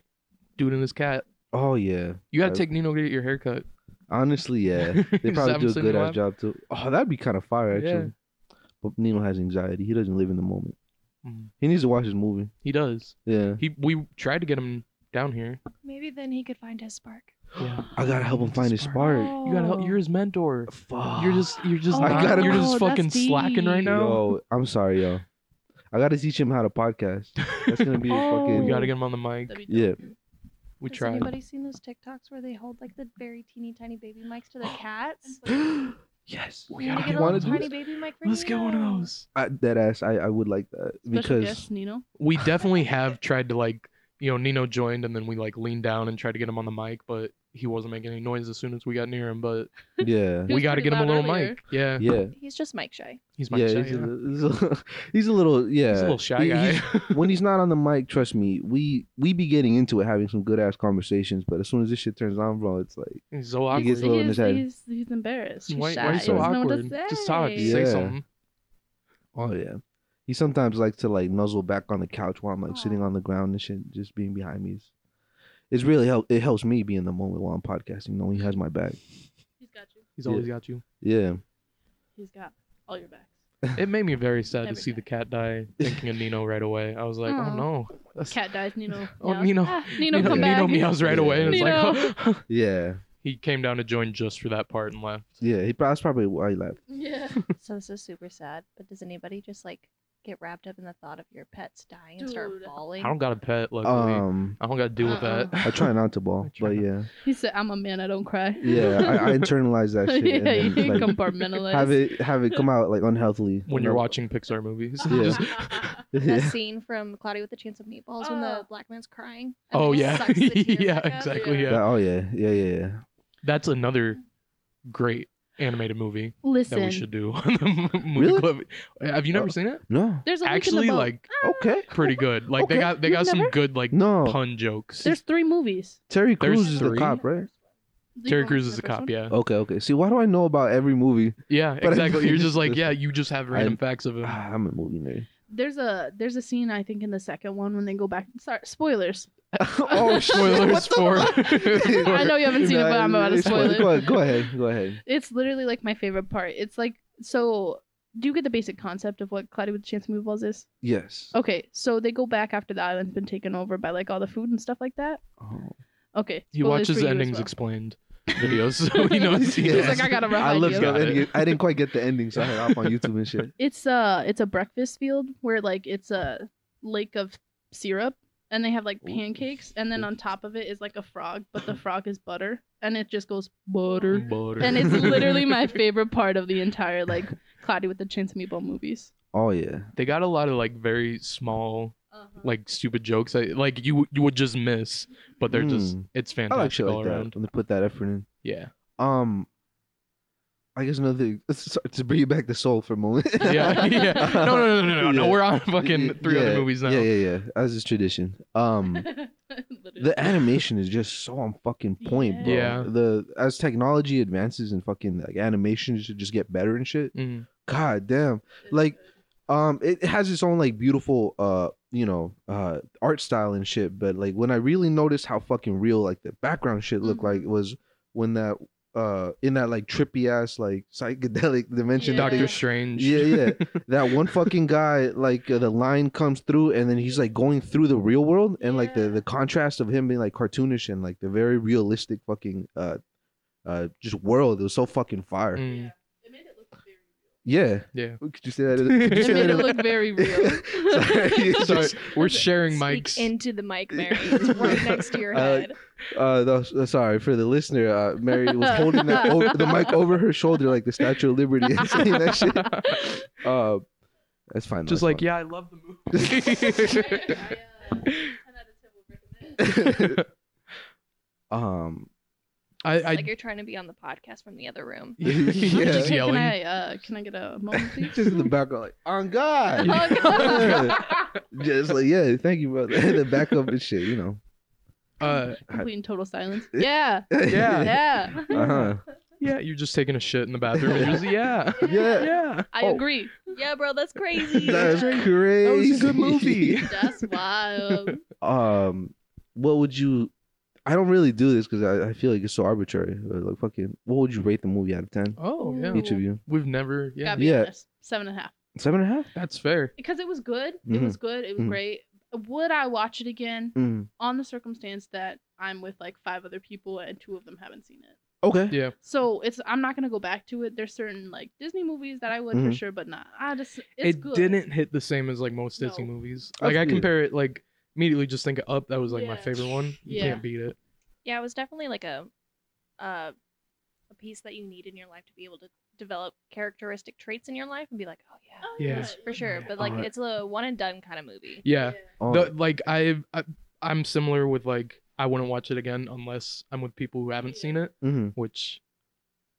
Speaker 1: dude and his cat.
Speaker 2: oh yeah.
Speaker 1: You gotta
Speaker 2: Right.
Speaker 1: take Nino to get your haircut.
Speaker 2: Honestly, yeah. They probably do a good ass job too. Oh, that'd be kind of fire actually.
Speaker 1: Yeah.
Speaker 2: But Nino has anxiety. He doesn't live in the moment.
Speaker 1: Mm.
Speaker 2: He needs to watch his movie.
Speaker 1: He does.
Speaker 2: Yeah.
Speaker 1: He we tried to get him down here.
Speaker 3: Maybe then he could find his spark.
Speaker 1: Yeah.
Speaker 2: I gotta help him
Speaker 1: It's a
Speaker 2: find his
Speaker 1: spark.
Speaker 2: spark.
Speaker 1: You gotta help. You're his mentor.
Speaker 2: Fuck.
Speaker 1: You're just you're just
Speaker 2: I
Speaker 1: not-
Speaker 2: gotta-
Speaker 1: you're
Speaker 4: Oh,
Speaker 1: just
Speaker 4: that's
Speaker 1: fucking slacking right
Speaker 4: deep.
Speaker 1: now.
Speaker 2: Yo, I'm sorry, yo. I gotta teach him how to podcast. That's gonna be a
Speaker 3: Oh.
Speaker 2: fucking.
Speaker 1: We gotta get him on the mic.
Speaker 4: That'd be
Speaker 2: Yeah.
Speaker 4: dope.
Speaker 1: We
Speaker 3: Has
Speaker 1: tried.
Speaker 3: anybody seen those TikToks where they hold like the very teeny tiny baby mics to their cats?
Speaker 2: yes.
Speaker 1: We gotta get
Speaker 3: You need to get
Speaker 2: I
Speaker 3: a
Speaker 2: want
Speaker 3: little
Speaker 2: to do
Speaker 3: tiny
Speaker 2: that.
Speaker 3: baby mic for
Speaker 1: Let's get one of
Speaker 3: Nino.
Speaker 1: those.
Speaker 2: I, that ass. I, I would like that
Speaker 4: Special
Speaker 2: because
Speaker 4: guest, Nino.
Speaker 1: We definitely have tried to like you know Nino joined and then we like leaned down and tried to get him on the mic, but he wasn't making any noise as soon as we got near him. But
Speaker 2: yeah,
Speaker 4: He
Speaker 1: we
Speaker 4: was
Speaker 1: gotta
Speaker 4: pretty
Speaker 1: get him a
Speaker 4: loud
Speaker 1: little
Speaker 4: earlier.
Speaker 1: mic. Yeah.
Speaker 2: yeah,
Speaker 3: He's just mic shy.
Speaker 1: He's my
Speaker 2: yeah.
Speaker 1: shy.
Speaker 2: He's a,
Speaker 1: yeah.
Speaker 2: he's a- he's a little yeah.
Speaker 1: He's a little shy
Speaker 2: He-
Speaker 1: guy.
Speaker 2: he's- when he's not on the mic, trust me, we we be getting into it, having some good ass conversations. But as soon as this shit turns on, bro, it's like
Speaker 1: He's so
Speaker 2: He
Speaker 1: awkward.
Speaker 2: gets a little in his
Speaker 4: is-
Speaker 2: head.
Speaker 4: He's, he's embarrassed. He's
Speaker 1: why,
Speaker 4: shy.
Speaker 1: why are you
Speaker 4: He
Speaker 1: so
Speaker 4: doesn't know what to
Speaker 1: awkward? Just talk.
Speaker 4: say.
Speaker 1: Just
Speaker 2: Yeah.
Speaker 1: Say something.
Speaker 2: Oh yeah. He sometimes likes to like nuzzle back on the couch while I'm like sitting
Speaker 4: Aw.
Speaker 2: on the ground and shit, just being behind me. It's, It's really help. It helps me be in the moment while I'm podcasting. Knowing he has my back.
Speaker 4: He's got you.
Speaker 1: He's always got you.
Speaker 2: Yeah.
Speaker 4: He's got all your backs.
Speaker 1: It made me very sad to
Speaker 4: Every
Speaker 1: see
Speaker 4: day.
Speaker 1: the cat die. Thinking of Nino right away, I was like, oh
Speaker 4: Aw.
Speaker 1: no. That's-
Speaker 4: Cat dies, Nino.
Speaker 1: Oh,
Speaker 4: meows.
Speaker 1: Nino.
Speaker 4: Ah, Nino,
Speaker 1: Nino,
Speaker 4: come back.
Speaker 1: Nino meows right away, and it's like
Speaker 2: Yeah.
Speaker 1: he came down to join just for that part and left.
Speaker 2: Yeah. He, that's probably why he left.
Speaker 4: Yeah.
Speaker 3: So this is super sad. But does anybody just like get wrapped up in the thought of your pets dying and start
Speaker 4: Dude.
Speaker 1: I
Speaker 3: bawling?
Speaker 1: don't got a pet, luckily.
Speaker 2: Um.
Speaker 1: I don't got to deal with
Speaker 4: Uh-uh.
Speaker 1: that.
Speaker 2: I try not to ball,
Speaker 1: I try
Speaker 2: but
Speaker 1: not-
Speaker 2: yeah.
Speaker 4: He said, "I'm a man. I don't cry."
Speaker 2: Yeah. I, I internalize that shit.
Speaker 4: yeah, you
Speaker 2: and then, like,
Speaker 4: compartmentalize.
Speaker 2: have it have it come out like unhealthily
Speaker 1: when you're watching Pixar movies.
Speaker 2: Yeah.
Speaker 1: Just-
Speaker 3: That
Speaker 2: Yeah.
Speaker 3: scene from Cloudy with the Chance of Meatballs when the
Speaker 4: Oh.
Speaker 3: black man's crying. and
Speaker 1: oh
Speaker 3: then he
Speaker 1: yeah,
Speaker 3: sucks the tears
Speaker 1: yeah,
Speaker 3: back up.
Speaker 1: exactly. Yeah.
Speaker 4: Yeah.
Speaker 2: That- oh yeah, yeah, yeah, yeah.
Speaker 1: that's another great animated movie that we should
Speaker 4: Listen,
Speaker 1: do. The movie
Speaker 2: Really?
Speaker 1: club. Have you never
Speaker 2: Uh,
Speaker 1: seen it?
Speaker 2: No,
Speaker 4: there's a link in
Speaker 1: Actually,
Speaker 4: the boat.
Speaker 1: like
Speaker 2: okay,
Speaker 1: pretty good. Like they
Speaker 2: Okay.
Speaker 1: got they
Speaker 4: You've
Speaker 1: got some
Speaker 4: never-
Speaker 1: good like
Speaker 2: no.
Speaker 1: pun jokes.
Speaker 4: there's three movies.
Speaker 2: Terry
Speaker 1: there's
Speaker 2: Crews is the
Speaker 1: three?
Speaker 2: cop, right?
Speaker 1: Terry Crews is a cop. Yeah,
Speaker 2: Okay, okay. See, why do I know about every movie?
Speaker 1: yeah,
Speaker 2: But I-
Speaker 1: exactly. You're just like yeah, you just have random
Speaker 2: I'm-
Speaker 1: facts of him.
Speaker 2: Ah, I'm a movie nerd.
Speaker 4: There's a there's a scene I think in the second one when they go back. Sorry, spoilers.
Speaker 2: oh, shit,
Speaker 1: Spoilers
Speaker 2: what the
Speaker 1: for.
Speaker 2: fuck?
Speaker 1: for-
Speaker 4: I know you haven't seen it, but I'm about to spoil it.
Speaker 2: Go ahead, go ahead, go ahead.
Speaker 4: It's literally like my favorite part. It's like so. Do you get the basic concept of what Cloudy with a Chance of Meatballs is?
Speaker 2: Yes.
Speaker 4: Okay, so they go back after the island's been taken over by like all the food and stuff like that.
Speaker 2: Oh.
Speaker 4: Okay.
Speaker 1: He
Speaker 4: spoilers
Speaker 1: watches
Speaker 4: for you as
Speaker 1: endings
Speaker 4: well.
Speaker 1: explained videos, so he knows. He
Speaker 2: Yeah.
Speaker 1: knows.
Speaker 4: He's like, I got a rough
Speaker 2: I love
Speaker 4: idea.
Speaker 1: Got it.
Speaker 2: ending. I didn't quite get the ending, so I had to hop on YouTube and shit.
Speaker 4: It's uh it's a breakfast field where like it's a lake of syrup and they have like
Speaker 2: Ooh.
Speaker 4: pancakes and then on top of it is like a frog, but the frog is butter and it just goes butter.
Speaker 1: Butter.
Speaker 4: And it's literally my favorite part of the entire like Cloudy with the Chance of Meatball movies.
Speaker 2: Oh yeah.
Speaker 1: they got a lot of like very small
Speaker 3: Uh-huh.
Speaker 1: like stupid jokes that like you you would just miss, but they're just
Speaker 2: Mm.
Speaker 1: it's
Speaker 2: I like
Speaker 1: fantastic
Speaker 2: shit
Speaker 1: all
Speaker 2: like that.
Speaker 1: around.
Speaker 2: When they put that effort in.
Speaker 1: Yeah,
Speaker 2: Um, I guess another thing sorry, to bring you back to soul for a moment.
Speaker 1: yeah, yeah. No, no, no, no, no, no.
Speaker 2: Yeah.
Speaker 1: We're on fucking
Speaker 2: Y-
Speaker 1: three
Speaker 2: yeah,
Speaker 1: other movies now.
Speaker 2: Yeah, yeah, yeah. As is tradition. Um, the animation is just so on fucking point, bro.
Speaker 1: Yeah.
Speaker 2: The as technology advances and fucking like animation should just get better and shit.
Speaker 1: Mhm.
Speaker 2: God damn. Like, um, it has its own like beautiful uh, you know, uh, art style and shit. But like when I really noticed how fucking real like the background shit looked like
Speaker 4: Mhm.
Speaker 2: was when that uh in that like trippy ass like psychedelic dimension
Speaker 4: Yeah.
Speaker 2: that they
Speaker 1: Doctor Strange.
Speaker 2: yeah, yeah. That one fucking guy, like uh, the line comes through, and then he's like going through the real world, and like the
Speaker 4: Yeah.
Speaker 2: the contrast of him being like cartoonish and like the very realistic fucking uh, uh, just world. It was so fucking fire.
Speaker 1: Mm,
Speaker 4: It made it look very real.
Speaker 2: Yeah.
Speaker 1: yeah.
Speaker 2: Could you say that? Could you
Speaker 4: It
Speaker 2: say
Speaker 4: made
Speaker 2: that?
Speaker 4: it look very real.
Speaker 2: Sorry.
Speaker 1: Sorry, we're
Speaker 4: Speak
Speaker 1: sharing
Speaker 3: Speak
Speaker 1: mics.
Speaker 3: into the mic, Mary. It's right next to your
Speaker 2: I like-
Speaker 3: head.
Speaker 2: Uh, that was- uh, sorry for the listener. Uh, Mary was holding the, o- the mic over her shoulder like the Statue of Liberty and saying that shit. Uh, that's fine.
Speaker 1: just
Speaker 2: that's
Speaker 1: like
Speaker 2: fine.
Speaker 1: yeah, I love the
Speaker 4: uh,
Speaker 1: movie.
Speaker 2: Um.
Speaker 1: I, I
Speaker 3: like you're trying to be on the podcast from the other room.
Speaker 2: Yeah.
Speaker 1: just
Speaker 4: Can
Speaker 1: yelling.
Speaker 4: I, uh, can I get a moment, please?
Speaker 2: Just in the background, like on God.
Speaker 1: Yeah.
Speaker 3: Oh,
Speaker 2: Just like, yeah, thank you, brother. the backup and shit, you know.
Speaker 1: Uh,
Speaker 4: Complete and total silence. Yeah,
Speaker 1: Yeah.
Speaker 4: yeah.
Speaker 2: Uh-huh.
Speaker 1: yeah, you're just taking a shit in the bathroom. and just yeah,
Speaker 2: Yeah.
Speaker 1: yeah.
Speaker 4: I
Speaker 2: Oh.
Speaker 4: agree.
Speaker 3: yeah, bro, that's crazy.
Speaker 2: That's
Speaker 1: That
Speaker 2: crazy.
Speaker 1: That was a good movie.
Speaker 4: That's wild.
Speaker 2: Um, what would you? I don't really do this because I, I feel like it's so arbitrary. but, Like fucking, what would you rate the movie out of ten?
Speaker 1: Oh yeah.
Speaker 2: Each of you,
Speaker 1: We've never yeah.
Speaker 4: Gotta be
Speaker 2: Yeah.
Speaker 4: honest. Seven and a half.
Speaker 2: seven and a half.
Speaker 1: That's fair.
Speaker 4: Because it was good. It
Speaker 2: Mhm.
Speaker 4: was good. It was
Speaker 2: Mhm.
Speaker 4: great. Would I watch it again
Speaker 2: Mm.
Speaker 4: on the circumstance that I'm with like five other people and two of them haven't seen it?
Speaker 2: Okay.
Speaker 1: Yeah.
Speaker 4: So it's I'm not gonna go back to it. There's certain like Disney movies that I would for
Speaker 2: Mhm.
Speaker 4: sure, but not. I just it's
Speaker 1: it
Speaker 4: good.
Speaker 1: didn't hit the same as like most Disney
Speaker 4: No.
Speaker 1: movies.
Speaker 2: That's
Speaker 1: Like I
Speaker 2: weird.
Speaker 1: compare it like immediately just think of Up. That was like my
Speaker 4: Yeah.
Speaker 1: favorite one. You
Speaker 4: Yeah.
Speaker 1: can't beat it.
Speaker 3: Yeah, it was definitely like a uh, a piece that you need in your life to be able to develop characteristic traits in your life and be like, oh yeah,
Speaker 4: Oh,
Speaker 1: Yeah.
Speaker 4: yeah.
Speaker 3: for sure. But like,
Speaker 2: Alright.
Speaker 3: it's a one and done kind of movie.
Speaker 1: Yeah.
Speaker 2: Oh,
Speaker 1: The- like I, I I'm similar with like I wouldn't watch it again unless I'm with people who haven't seen it,
Speaker 2: mhm.
Speaker 1: which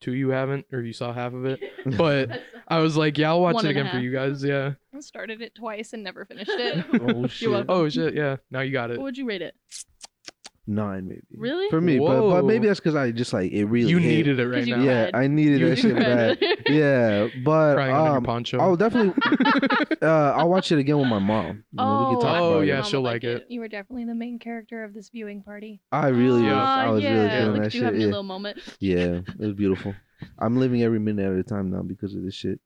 Speaker 1: two you haven't or you saw half of it. But I was like, yeah, I'll watch
Speaker 4: One
Speaker 1: it
Speaker 4: and a
Speaker 1: again for
Speaker 4: half.
Speaker 1: you guys. Yeah.
Speaker 3: I started it twice and never finished it.
Speaker 2: Oh shit.
Speaker 4: welcome.
Speaker 1: Oh shit, yeah. Now you got it.
Speaker 4: what would you rate it?
Speaker 2: Nine maybe.
Speaker 4: Really?
Speaker 2: For me, but, but
Speaker 1: Whoa.
Speaker 2: maybe that's because I just like it really.
Speaker 1: You
Speaker 2: hit.
Speaker 1: needed it right
Speaker 4: Because you
Speaker 1: now.
Speaker 4: cried.
Speaker 2: Yeah, I needed
Speaker 1: You
Speaker 2: that shit
Speaker 1: cried.
Speaker 2: bad. yeah, but
Speaker 1: crying under your
Speaker 2: um,
Speaker 1: poncho.
Speaker 2: I'll definitely uh, I'll watch it again with my mom. You know, we can talk
Speaker 1: Oh,
Speaker 2: about it.
Speaker 1: yeah,
Speaker 4: Mama
Speaker 1: she'll like
Speaker 4: like
Speaker 1: it.
Speaker 3: You were definitely the main character of this viewing party.
Speaker 2: I really
Speaker 1: Yeah.
Speaker 2: was. I was really
Speaker 4: yeah,
Speaker 2: feeling
Speaker 4: like,
Speaker 2: that
Speaker 4: do have
Speaker 2: shit.
Speaker 4: your
Speaker 2: Yeah.
Speaker 4: little moment.
Speaker 2: yeah, it was beautiful. I'm living every minute at a time now because of this shit.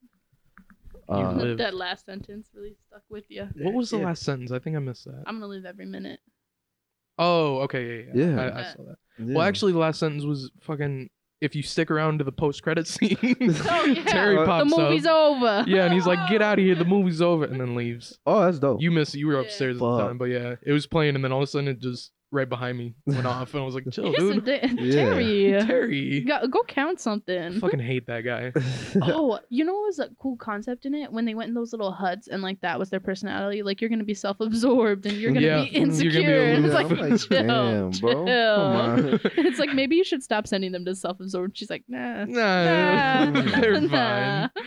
Speaker 1: You
Speaker 2: Uh,
Speaker 1: live-
Speaker 4: that last sentence really stuck with you.
Speaker 1: What was the
Speaker 2: yeah.
Speaker 1: last sentence? I think I missed that.
Speaker 4: I'm gonna live every minute.
Speaker 1: Oh, okay, yeah, yeah.
Speaker 2: Yeah.
Speaker 1: I, I saw that.
Speaker 2: yeah.
Speaker 1: Well, actually, the last sentence was fucking. If you stick around to the post-credit scene,
Speaker 4: Oh, yeah.
Speaker 1: Terry
Speaker 2: The
Speaker 4: The
Speaker 1: pops
Speaker 4: movie's
Speaker 1: up.
Speaker 4: over.
Speaker 1: Um, Yeah, and he's like, "Get out of here! The movie's over," and then leaves.
Speaker 2: oh, that's dope.
Speaker 1: You missed. it. You were
Speaker 4: Yeah.
Speaker 1: upstairs at the
Speaker 2: Fuck.
Speaker 1: time, but yeah, it was playing, and then all of a sudden, it just right behind me went off, and I was like, "Chill,
Speaker 4: Here's some
Speaker 1: dude."
Speaker 4: di-
Speaker 2: Yeah.
Speaker 4: Terry.
Speaker 1: Terry,
Speaker 4: Go, go count something.
Speaker 1: fucking hate that guy.
Speaker 4: oh, you know what was a cool concept in it? When they went in those little huts and like that was their personality. Like you're gonna be self absorbed and you're gonna
Speaker 1: Yeah, Mm,
Speaker 4: be
Speaker 1: you're
Speaker 4: insecure.
Speaker 1: gonna be a
Speaker 4: and
Speaker 1: loser.
Speaker 4: it's like,
Speaker 1: I'm
Speaker 2: like,
Speaker 4: chill,
Speaker 2: damn, bro. Come
Speaker 4: chill.
Speaker 2: on.
Speaker 4: It's like maybe you should stop sending them to self absorbed. She's like, nah.
Speaker 1: Nah,
Speaker 2: Nah.
Speaker 1: they're
Speaker 4: Nah.
Speaker 1: fine.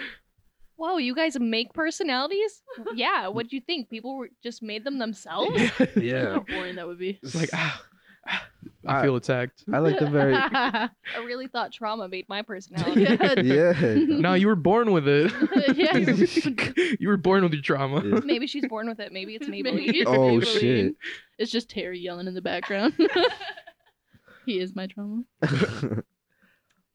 Speaker 3: Whoa, you guys make personalities? yeah. What do you think? People were, just made them themselves.
Speaker 2: yeah,
Speaker 4: How boring that would be.
Speaker 1: It's like ah, ah, I feel attacked.
Speaker 2: I like the very
Speaker 3: I really thought trauma made my personality.
Speaker 4: yeah.
Speaker 2: yeah.
Speaker 1: No, you were born with it.
Speaker 4: Yeah.
Speaker 1: you were born with your trauma.
Speaker 2: Yeah.
Speaker 3: Maybe she's born with it. Maybe it's
Speaker 4: Maybe
Speaker 3: Maybelline.
Speaker 4: it's
Speaker 2: Oh,
Speaker 4: Maybelline.
Speaker 2: shit.
Speaker 4: It's just Terry yelling in the background. he is my trauma.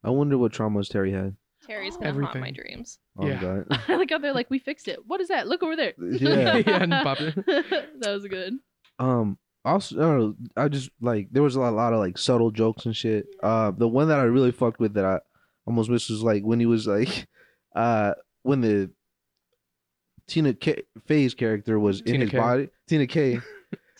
Speaker 2: I wonder what traumas Terry had.
Speaker 3: Terry's gonna haunt my
Speaker 1: Everything.
Speaker 3: dreams.
Speaker 2: Oh,
Speaker 1: Yeah.
Speaker 2: God.
Speaker 4: I like how they're like, we fixed it. What is that? Look over there.
Speaker 2: Yeah.
Speaker 1: Yeah, and pop it.
Speaker 4: that was good.
Speaker 2: Um. Also, I don't know. I just like there was a lot, lot of like subtle jokes and shit. Uh, the one that I really fucked with that I almost missed was like when he was like, uh, when the Tina K- Fey's character was in
Speaker 1: Tina
Speaker 2: his
Speaker 1: K.
Speaker 2: body. Tina K.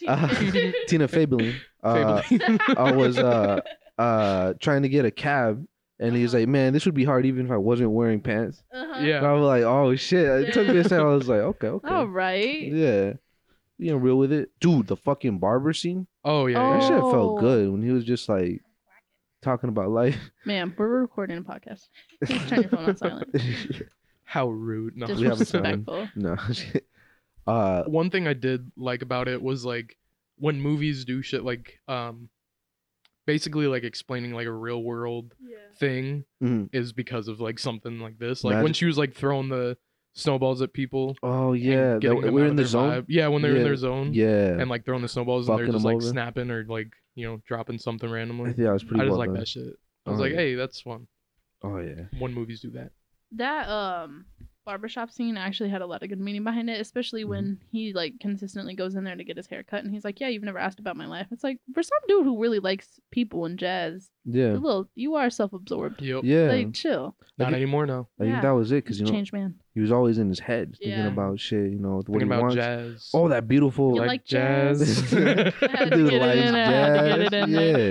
Speaker 2: Uh, Tina Fabelin. Uh,
Speaker 1: Fable.
Speaker 2: I was uh uh trying to get a cab, and he's
Speaker 4: Uh-huh.
Speaker 2: like, "Man, this would be hard even if I wasn't wearing pants."
Speaker 4: Uh-huh.
Speaker 2: And
Speaker 1: yeah.
Speaker 2: I was like, "Oh shit!" It took me a second. I was like, "Okay, okay,
Speaker 4: All right.
Speaker 2: yeah." Being real with it, dude. The fucking barber scene.
Speaker 1: Oh yeah.
Speaker 2: That
Speaker 1: yeah.
Speaker 2: shit
Speaker 4: Oh.
Speaker 2: felt good when he was just like talking about life.
Speaker 4: Ma'am, we're recording a podcast. Please turn your phone on silent.
Speaker 1: How rude. No.
Speaker 2: we haven't signed.
Speaker 4: Disrespectful.
Speaker 2: no. uh
Speaker 1: One thing I did like about it was like when movies do shit like um basically like explaining like a real world
Speaker 4: Yeah.
Speaker 1: thing
Speaker 2: Mhm.
Speaker 1: is because of like something like this. Like when
Speaker 2: Magic-
Speaker 1: she was like throwing the snowballs at people.
Speaker 2: oh
Speaker 1: and
Speaker 2: yeah,
Speaker 1: getting
Speaker 2: that-
Speaker 1: them out
Speaker 2: we're in
Speaker 1: of
Speaker 2: the
Speaker 1: their
Speaker 2: zone.
Speaker 1: vibe. Yeah, when they're in
Speaker 2: Yeah.
Speaker 1: their zone.
Speaker 2: Yeah.
Speaker 1: And like throwing the snowballs and
Speaker 2: Fucking
Speaker 1: they're just
Speaker 2: them
Speaker 1: like
Speaker 2: over.
Speaker 1: snapping or like, you know, dropping something randomly.
Speaker 2: yeah, it was pretty
Speaker 1: I just
Speaker 2: well
Speaker 1: like
Speaker 2: done.
Speaker 1: that shit. I was
Speaker 2: Oh,
Speaker 1: like,
Speaker 2: yeah.
Speaker 1: hey, that's fun.
Speaker 2: Oh yeah.
Speaker 1: When movies do that.
Speaker 4: That um barbershop scene actually had a lot of good meaning behind it, especially
Speaker 2: Mm-hmm.
Speaker 4: when he like consistently goes in there to get his hair cut and he's like, Yeah, you've never asked about my life. It's like for some dude who really likes people and jazz,
Speaker 2: Yeah.
Speaker 4: a little you are self absorbed.
Speaker 1: Yep.
Speaker 2: Yeah.
Speaker 4: Like chill.
Speaker 1: Not
Speaker 2: Okay.
Speaker 1: anymore now.
Speaker 2: I think
Speaker 4: yeah.
Speaker 2: that was it because
Speaker 4: He's
Speaker 2: you
Speaker 4: a
Speaker 2: know
Speaker 4: changed man.
Speaker 2: he was always in his head thinking
Speaker 4: Yeah.
Speaker 2: about shit. You know what
Speaker 1: Thinking
Speaker 2: he
Speaker 1: about
Speaker 2: wants.
Speaker 1: jazz.
Speaker 2: Oh, that beautiful
Speaker 4: You
Speaker 2: like,
Speaker 4: like jazz? had to
Speaker 2: dude
Speaker 4: get it
Speaker 2: likes
Speaker 4: in there, had to
Speaker 2: jazz.
Speaker 4: get it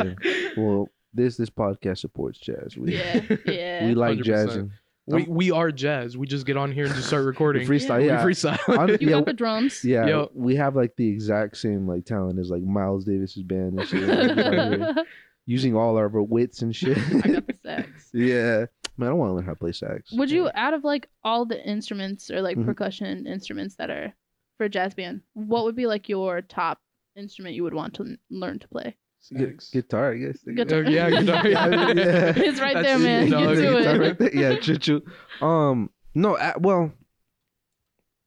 Speaker 4: in
Speaker 2: Yeah. Well, this this podcast supports jazz. We
Speaker 4: Yeah.
Speaker 2: we
Speaker 4: Yeah.
Speaker 2: like
Speaker 1: 100%.
Speaker 2: jazz and Um,
Speaker 1: we we are jazz. We just get on here and just start recording.
Speaker 2: freestyle.
Speaker 1: We
Speaker 2: Yeah.
Speaker 1: freestyle.
Speaker 2: Hon-
Speaker 4: you
Speaker 2: yeah,
Speaker 4: got the drums.
Speaker 2: Yeah,
Speaker 1: Yo.
Speaker 2: we have like the exact same like talent as like Miles Davis's band and shit. Like, we're out here using all our wits and shit.
Speaker 4: I got the sax.
Speaker 2: yeah, man, I want to learn how to play sax.
Speaker 4: Would you, out of like all the instruments or like
Speaker 2: Mhm.
Speaker 4: percussion instruments that are for a jazz band, what would be like your top instrument you would want to learn to play?
Speaker 2: Gu- guitar? I guess.
Speaker 4: Guitar.
Speaker 1: Oh, yeah, guitar,
Speaker 2: yeah. Yeah.
Speaker 4: It's right
Speaker 1: That's
Speaker 4: there,
Speaker 1: it,
Speaker 4: man.
Speaker 1: dog.
Speaker 4: Get to
Speaker 2: Guitar
Speaker 4: it.
Speaker 2: right there. Yeah, true, true. Um, no, uh, well,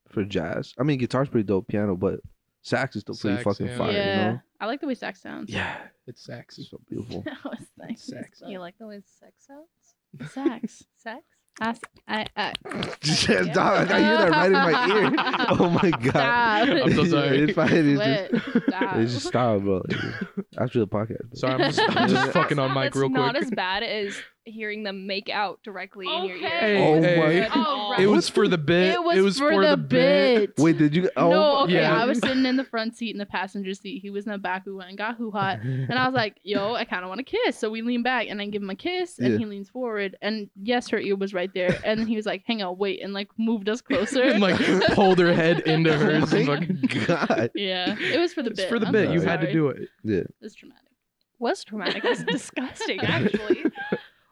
Speaker 2: for jazz, I mean, guitar's pretty dope. Piano, but sax is still pretty
Speaker 1: Sax,
Speaker 2: fucking
Speaker 1: yeah.
Speaker 2: fire.
Speaker 4: yeah.
Speaker 2: You know?
Speaker 4: I like the way sax sounds.
Speaker 2: Yeah,
Speaker 1: It's
Speaker 2: it's
Speaker 1: sexy.
Speaker 2: so beautiful.
Speaker 4: That was nice.
Speaker 1: Sax.
Speaker 3: You like the way sex sounds?
Speaker 4: Sax.
Speaker 3: Sex?
Speaker 4: I, I, uh, I.
Speaker 2: Yes, dog, I hear that right in my ear. Oh my god.
Speaker 1: I'm so
Speaker 4: Stop.
Speaker 1: sorry.
Speaker 2: It's fine, it's just-
Speaker 4: Sweat. Stop.
Speaker 2: It's just style, bro. After the podcast. Bro.
Speaker 1: Sorry, I'm just, I'm just fucking on mic
Speaker 3: That's
Speaker 1: real
Speaker 3: not
Speaker 1: quick.
Speaker 3: as bad as hearing them make out directly in your ear.
Speaker 4: Okay.
Speaker 1: Hey,
Speaker 2: Oh
Speaker 1: hey.
Speaker 2: my-
Speaker 4: Oh,
Speaker 1: It
Speaker 4: right.
Speaker 1: was for the bit.
Speaker 4: It was, for, the, bit.
Speaker 2: Wait, did you? Oh,
Speaker 4: no, okay.
Speaker 1: yeah.
Speaker 4: I was sitting in the front seat in the passenger seat. He was in the back. We went and got hoo hot. And I was like, yo, I kind of want to kiss. So we lean back and I give him a kiss and
Speaker 2: Yeah.
Speaker 4: he leans forward. And yes, her ear was right there. And then he was like, hang on, wait. And like moved us closer.
Speaker 1: And like pulled her head into
Speaker 2: oh
Speaker 1: hers. and
Speaker 2: my
Speaker 1: fucking-
Speaker 2: god.
Speaker 4: yeah, it was for the
Speaker 1: It's
Speaker 4: bit.
Speaker 1: for the
Speaker 4: I'm
Speaker 1: bit.
Speaker 4: so
Speaker 1: you had to
Speaker 4: sorry.
Speaker 1: do it.
Speaker 4: It's traumatic.
Speaker 3: was traumatic. It was disgusting, actually.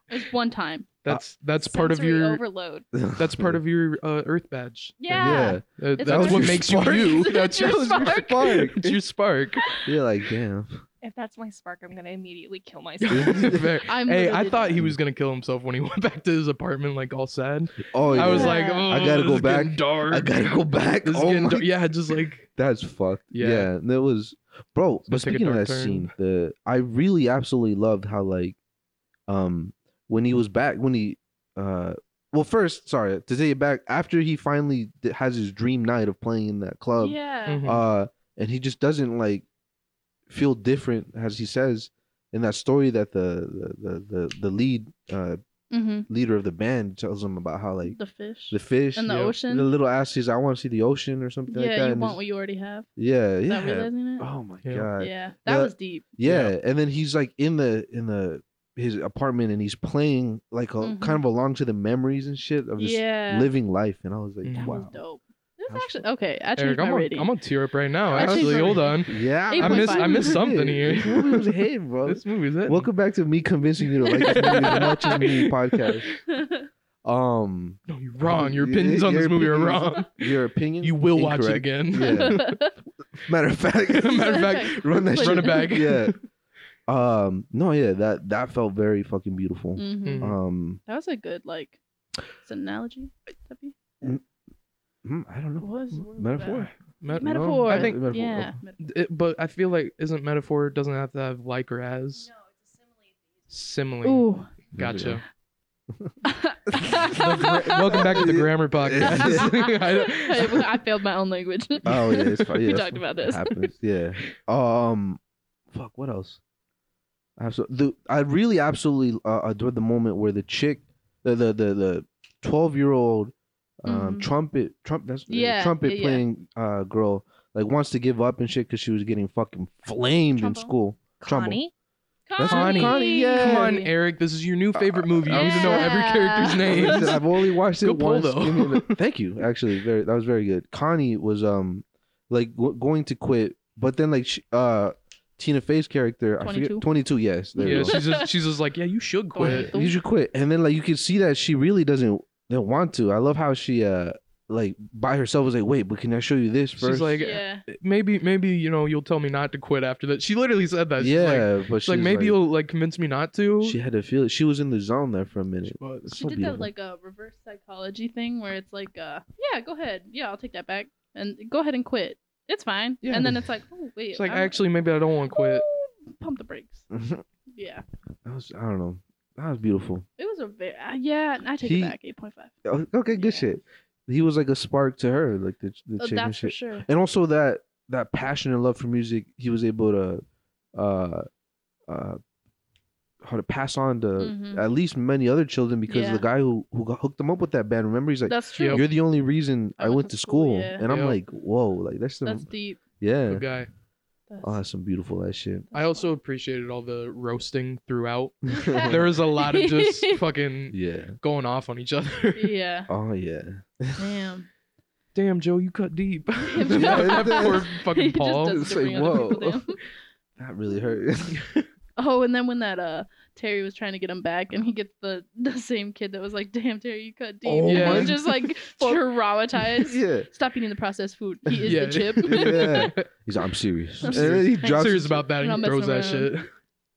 Speaker 4: It's one time.
Speaker 1: That's that's part of
Speaker 3: Sensory
Speaker 1: your
Speaker 3: overload.
Speaker 1: that's part of your uh, Earth badge.
Speaker 4: Yeah.
Speaker 1: Uh,
Speaker 4: It's
Speaker 1: that's
Speaker 4: okay.
Speaker 1: what
Speaker 2: Your
Speaker 1: makes
Speaker 2: spark.
Speaker 1: you you.
Speaker 4: It's
Speaker 1: That's
Speaker 4: your
Speaker 1: your
Speaker 4: spark.
Speaker 1: spark. it's your spark.
Speaker 2: You're like, damn.
Speaker 3: if that's my spark, I'm gonna immediately kill myself.
Speaker 1: Fair.
Speaker 4: I'm
Speaker 1: hey, I
Speaker 4: literally
Speaker 1: thought he
Speaker 4: done.
Speaker 1: was gonna kill himself when he went back to his apartment, like all sad.
Speaker 2: Oh, yeah.
Speaker 1: I was
Speaker 3: Yeah.
Speaker 1: like,
Speaker 3: I
Speaker 1: "Oh, this
Speaker 2: gotta go
Speaker 1: is getting
Speaker 2: back.
Speaker 1: Dark.
Speaker 2: I gotta go back.
Speaker 1: This is
Speaker 2: Oh
Speaker 1: getting
Speaker 2: my
Speaker 1: dar- Yeah, just like
Speaker 2: That's fucked.
Speaker 1: Yeah.
Speaker 2: Yeah. that was bro.
Speaker 1: It's gonna
Speaker 2: But
Speaker 1: take a
Speaker 2: speaking of
Speaker 1: dark
Speaker 2: that
Speaker 1: turn.
Speaker 2: scene, the I really absolutely loved how like, um, when he was back when he, uh, well first sorry to take it back after he finally d- has his dream night of playing in that club,
Speaker 4: yeah.
Speaker 1: mhm.
Speaker 2: uh, and he just doesn't like feel different as he says in that story that the the the the, the lead uh
Speaker 4: hmm
Speaker 2: leader of the band tells him about how like
Speaker 4: The fish.
Speaker 2: the fish
Speaker 4: and the
Speaker 1: yeah,
Speaker 4: ocean.
Speaker 2: the little ass says I want to see the ocean or something like that.
Speaker 4: yeah, you
Speaker 2: and
Speaker 4: want
Speaker 2: it's-
Speaker 4: what you already have.
Speaker 2: yeah,
Speaker 4: Without
Speaker 2: yeah.
Speaker 4: realizing it.
Speaker 2: Oh my
Speaker 1: Yeah.
Speaker 2: god. Yeah.
Speaker 4: yeah, that
Speaker 2: the-
Speaker 4: was deep.
Speaker 2: And then he's like in the in the his apartment and he's playing like a
Speaker 4: Mhm.
Speaker 2: kind of along to the memories and shit of just
Speaker 4: Yeah,
Speaker 2: living life. And I was like,
Speaker 1: Mhm.
Speaker 4: that
Speaker 2: wow.
Speaker 4: was dope. This
Speaker 2: That was
Speaker 4: actually okay. I changed
Speaker 1: Eric,
Speaker 4: my
Speaker 1: I'm on,
Speaker 4: rating.
Speaker 1: I'm on tear up right now.
Speaker 4: I changed
Speaker 1: Actually,
Speaker 4: my
Speaker 1: hold on.
Speaker 4: rating.
Speaker 2: Yeah.
Speaker 1: I missed I
Speaker 4: 8.5.
Speaker 1: missed something
Speaker 2: This
Speaker 1: here.
Speaker 2: movie was a hit, bro.
Speaker 1: this movie's it.
Speaker 2: Welcome back to me convincing you to like this movie as much as me podcast.
Speaker 4: Mm-hmm.
Speaker 2: Um
Speaker 1: No, you're wrong. Your
Speaker 2: y-
Speaker 1: opinions on
Speaker 2: your
Speaker 1: this movie are
Speaker 2: opinions-
Speaker 1: wrong.
Speaker 2: Your opinion?
Speaker 1: You will watch it
Speaker 2: Incorrect.
Speaker 1: again.
Speaker 2: Yeah. Matter of fact
Speaker 1: Matter of fact,
Speaker 2: run that
Speaker 4: Put
Speaker 2: shit
Speaker 1: run it back.
Speaker 2: Yeah. Um no yeah, that that felt very fucking beautiful.
Speaker 4: Mhm.
Speaker 1: Mm.
Speaker 2: Um
Speaker 4: That was a good like. It's an analogy. That'd be-
Speaker 2: mm, I don't know.
Speaker 4: What was the word for
Speaker 2: Metaphor.
Speaker 1: Met- no,
Speaker 4: Metaphor.
Speaker 1: I think,
Speaker 2: Metaphor.
Speaker 4: Yeah.
Speaker 1: it, but I feel like isn't metaphor doesn't have to have like or as simile.
Speaker 4: Ooh.
Speaker 1: Gotcha. The
Speaker 4: I,
Speaker 1: gra- Welcome back to the grammar podcast. I don't-
Speaker 4: I failed my own language.
Speaker 2: Oh yeah, it's fine. Yeah,
Speaker 4: we
Speaker 2: that's
Speaker 4: talked
Speaker 2: fine.
Speaker 4: about
Speaker 2: It
Speaker 4: this.
Speaker 2: happens. Yeah. Um, fuck. What else? Absolutely. I really absolutely uh, adored the moment where the chick, the the the, the twelve year old um,
Speaker 4: Mhm.
Speaker 2: trumpet trump that's
Speaker 4: Yeah,
Speaker 2: trumpet
Speaker 4: yeah, yeah.
Speaker 2: playing uh girl like wants to give up and shit because she was getting fucking flamed
Speaker 4: Trombone.
Speaker 2: in school. Trombone.
Speaker 3: Connie.
Speaker 2: That's
Speaker 1: Connie.
Speaker 2: Connie, yeah.
Speaker 1: Come on, Eric. This is your new favorite movie. You need to know every character's
Speaker 4: Yeah.
Speaker 2: Listen,
Speaker 1: name.
Speaker 2: I've only watched it
Speaker 1: Good pull,
Speaker 2: once.
Speaker 1: though.
Speaker 2: Give me the- Thank you. Actually, very that was very good. Connie was um like go- going to quit, but then like she, uh Tina Fey's character, I forget
Speaker 4: 22?
Speaker 2: twenty two. Yes, there
Speaker 1: Yeah,
Speaker 2: you go.
Speaker 1: she's just, she's just like, yeah, you should quit.
Speaker 4: Connie.
Speaker 2: you should quit. And then like you can see that she really doesn't don't want to. I love how she uh like by herself was like, wait, but can I show you this first?
Speaker 1: She's like,
Speaker 4: Yeah.
Speaker 1: maybe, maybe you know, you'll tell me not to quit after that. She literally said that. uh, She's like,
Speaker 2: yeah, but
Speaker 1: she's
Speaker 2: she's
Speaker 1: like maybe you'll like convince me not to.
Speaker 2: She had to feel it. She was in the zone there for a minute.
Speaker 1: But-
Speaker 2: It's
Speaker 4: She
Speaker 2: so
Speaker 4: did
Speaker 2: beautiful.
Speaker 4: that like a reverse psychology thing where it's like, uh, yeah, go ahead. Yeah, I'll take that back. And go ahead and quit. It's fine.
Speaker 1: Yeah.
Speaker 4: And then it's like, oh, wait.
Speaker 1: She's like,
Speaker 4: I'm-
Speaker 1: actually, maybe I don't want to quit.
Speaker 4: Pump the brakes. Yeah.
Speaker 2: that was I don't know. That was beautiful.
Speaker 4: It was a very, uh, yeah, I take
Speaker 2: He-
Speaker 4: it back. 8.5.
Speaker 2: Oh, Okay, good
Speaker 4: Yeah.
Speaker 2: shit. He was like a spark to her, like the the
Speaker 4: Oh,
Speaker 2: chick and
Speaker 4: that's for
Speaker 2: shit,
Speaker 4: sure.
Speaker 2: and also that that passion and love for music. He was able to, uh, uh, how to pass on to
Speaker 4: Mhm.
Speaker 2: at least many other children because
Speaker 4: Yeah.
Speaker 2: the guy who who got hooked him up with that band. Remember, he's like,
Speaker 4: That's true.
Speaker 1: Yep.
Speaker 2: "You're the only reason I, went to school,"
Speaker 4: Oh, yeah.
Speaker 2: and I'm
Speaker 1: Yep.
Speaker 2: like, "Whoa, like that's some
Speaker 4: That's deep.
Speaker 2: yeah,
Speaker 1: Good guy.
Speaker 4: That's,
Speaker 2: oh, that's some beautiful ass shit."
Speaker 1: I also appreciated all the roasting throughout.
Speaker 4: Yeah.
Speaker 1: There was a lot of just fucking
Speaker 2: yeah.
Speaker 1: going off on each other.
Speaker 4: yeah.
Speaker 2: Oh yeah.
Speaker 4: Damn.
Speaker 1: Damn, Joe, you cut deep.
Speaker 4: Joe.
Speaker 1: that poor fucking
Speaker 4: He just
Speaker 1: Paul.
Speaker 4: doesn't
Speaker 2: It's
Speaker 4: bring
Speaker 2: like,
Speaker 4: other
Speaker 2: whoa.
Speaker 4: people down.
Speaker 2: That really hurt.
Speaker 4: Oh, and then when that uh Terry was trying to get him back, and he gets the the same kid that was like, "Damn, Terry, you cut deep."
Speaker 2: Oh
Speaker 4: and
Speaker 1: my
Speaker 4: he's just like traumatized.
Speaker 2: yeah.
Speaker 4: Stop eating the processed food. He is
Speaker 1: Yeah.
Speaker 4: the chip.
Speaker 2: Yeah. He's like, I'm serious.
Speaker 4: I'm
Speaker 2: And
Speaker 4: serious.
Speaker 2: then he
Speaker 1: I'm
Speaker 2: drops
Speaker 1: serious
Speaker 2: it.
Speaker 1: about that and
Speaker 4: I'm
Speaker 1: he
Speaker 4: not
Speaker 1: throws that
Speaker 4: messing
Speaker 1: shit.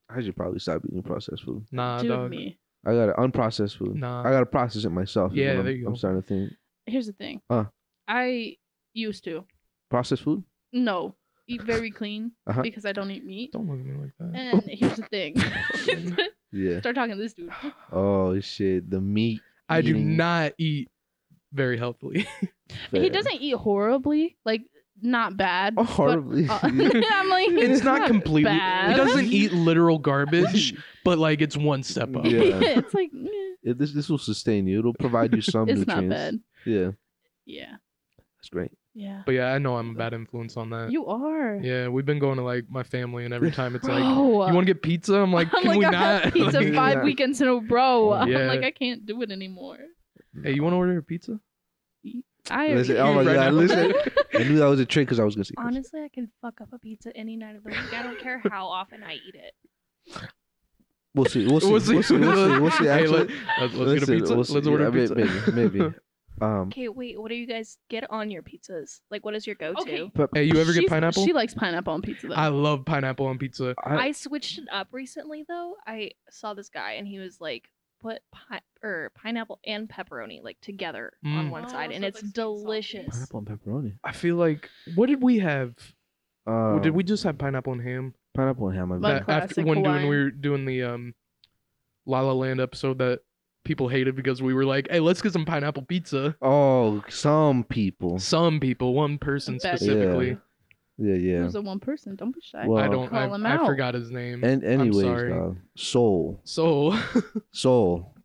Speaker 2: I should probably stop eating processed food.
Speaker 1: Nah,
Speaker 4: Dude,
Speaker 1: dog.
Speaker 4: me.
Speaker 2: I gotta unprocessed food. I
Speaker 1: Nah.
Speaker 2: gotta process it myself. is
Speaker 1: Yeah,
Speaker 2: what I'm,
Speaker 1: there you
Speaker 2: I'm
Speaker 1: go.
Speaker 2: starting to think
Speaker 4: Here's the thing.
Speaker 2: Huh.
Speaker 4: I used to
Speaker 2: processed food.
Speaker 4: no eat very clean
Speaker 2: Uh-huh.
Speaker 4: because I don't eat meat.
Speaker 1: Don't look at me like that.
Speaker 4: And here's the thing.
Speaker 2: Yeah.
Speaker 4: Start talking to this dude.
Speaker 2: Oh shit, the meat.
Speaker 1: I do
Speaker 2: eating
Speaker 1: not eat very healthily.
Speaker 2: fat.
Speaker 4: He doesn't eat horribly, like not bad.
Speaker 2: Oh, horribly.
Speaker 4: Uh,
Speaker 2: Yeah.
Speaker 4: I'm like,
Speaker 1: It's not completely.
Speaker 4: bad.
Speaker 1: He doesn't eat literal garbage, but like it's one step up.
Speaker 2: Yeah.
Speaker 4: it's like eh,
Speaker 2: Yeah, this this will sustain you. It'll provide you some
Speaker 4: it's
Speaker 2: nutrients.
Speaker 4: not bad.
Speaker 2: Yeah,
Speaker 4: Yeah.
Speaker 2: that's great.
Speaker 4: Yeah.
Speaker 1: But yeah, I know I'm a bad influence on that.
Speaker 4: You are.
Speaker 1: Yeah, we've been going to like my family, and every time it's like, you
Speaker 4: Bro.
Speaker 1: want to get pizza? I'm like,
Speaker 4: I'm
Speaker 1: can we
Speaker 4: like, I
Speaker 1: not?
Speaker 4: had pizza
Speaker 1: Like,
Speaker 2: Like-
Speaker 4: five weekends in a row.
Speaker 1: Yeah.
Speaker 4: I'm like, I can't do it anymore.
Speaker 1: hey, you want to order a pizza?
Speaker 4: I
Speaker 2: Listen,
Speaker 4: already
Speaker 2: oh my
Speaker 4: ate.
Speaker 1: Right now.
Speaker 2: god, listen. I knew that was a trick because I was gonna say. Honestly,
Speaker 3: Honestly, I can fuck up a pizza any night of the week. I don't care how often I eat it.
Speaker 2: we'll see. We'll see. We'll see. We'll see. We'll see.
Speaker 1: Hey,
Speaker 2: Actually,
Speaker 1: let, us get a
Speaker 2: listen,
Speaker 1: pizza.
Speaker 2: we'll see.
Speaker 1: Let's order
Speaker 2: Yeah,
Speaker 1: a
Speaker 2: may-
Speaker 1: pizza.
Speaker 2: Maybe, maybe. Um,
Speaker 3: Okay, wait. What do you guys get on your pizzas? Like, what is your go-to?
Speaker 4: Okay.
Speaker 2: but
Speaker 1: Hey, you ever get
Speaker 4: She's-
Speaker 1: pineapple?
Speaker 4: She likes pineapple on pizza though.
Speaker 1: I love pineapple on pizza.
Speaker 2: I,
Speaker 3: I switched it up recently though. I saw this guy and he was like, put pi- or pineapple and pepperoni like together on
Speaker 1: Mm.
Speaker 3: one
Speaker 4: Oh,
Speaker 3: side, and
Speaker 4: so
Speaker 3: it's
Speaker 4: it's like sweet and salty.
Speaker 3: delicious.
Speaker 2: pineapple and pepperoni.
Speaker 1: I feel like what did we have?
Speaker 2: Uh,
Speaker 1: did we just have pineapple and ham?
Speaker 2: pineapple and ham? I
Speaker 4: Like
Speaker 2: believe.
Speaker 1: That after
Speaker 4: classic
Speaker 1: when doing we
Speaker 4: Hawaiian.
Speaker 1: were doing the um, La La Land episode that people hated because we were like, hey, let's get some pineapple pizza.
Speaker 2: oh, some people.
Speaker 1: Some people, one person
Speaker 4: Bet. Yeah.
Speaker 1: specifically.
Speaker 2: Yeah, yeah.
Speaker 4: Who's the one person? Don't be shy.
Speaker 2: Well-
Speaker 1: I don't.
Speaker 4: Call him
Speaker 1: I, I
Speaker 4: out.
Speaker 1: forgot his name.
Speaker 2: And anyways,
Speaker 1: sorry.
Speaker 2: dog, soul,
Speaker 1: So
Speaker 2: soul.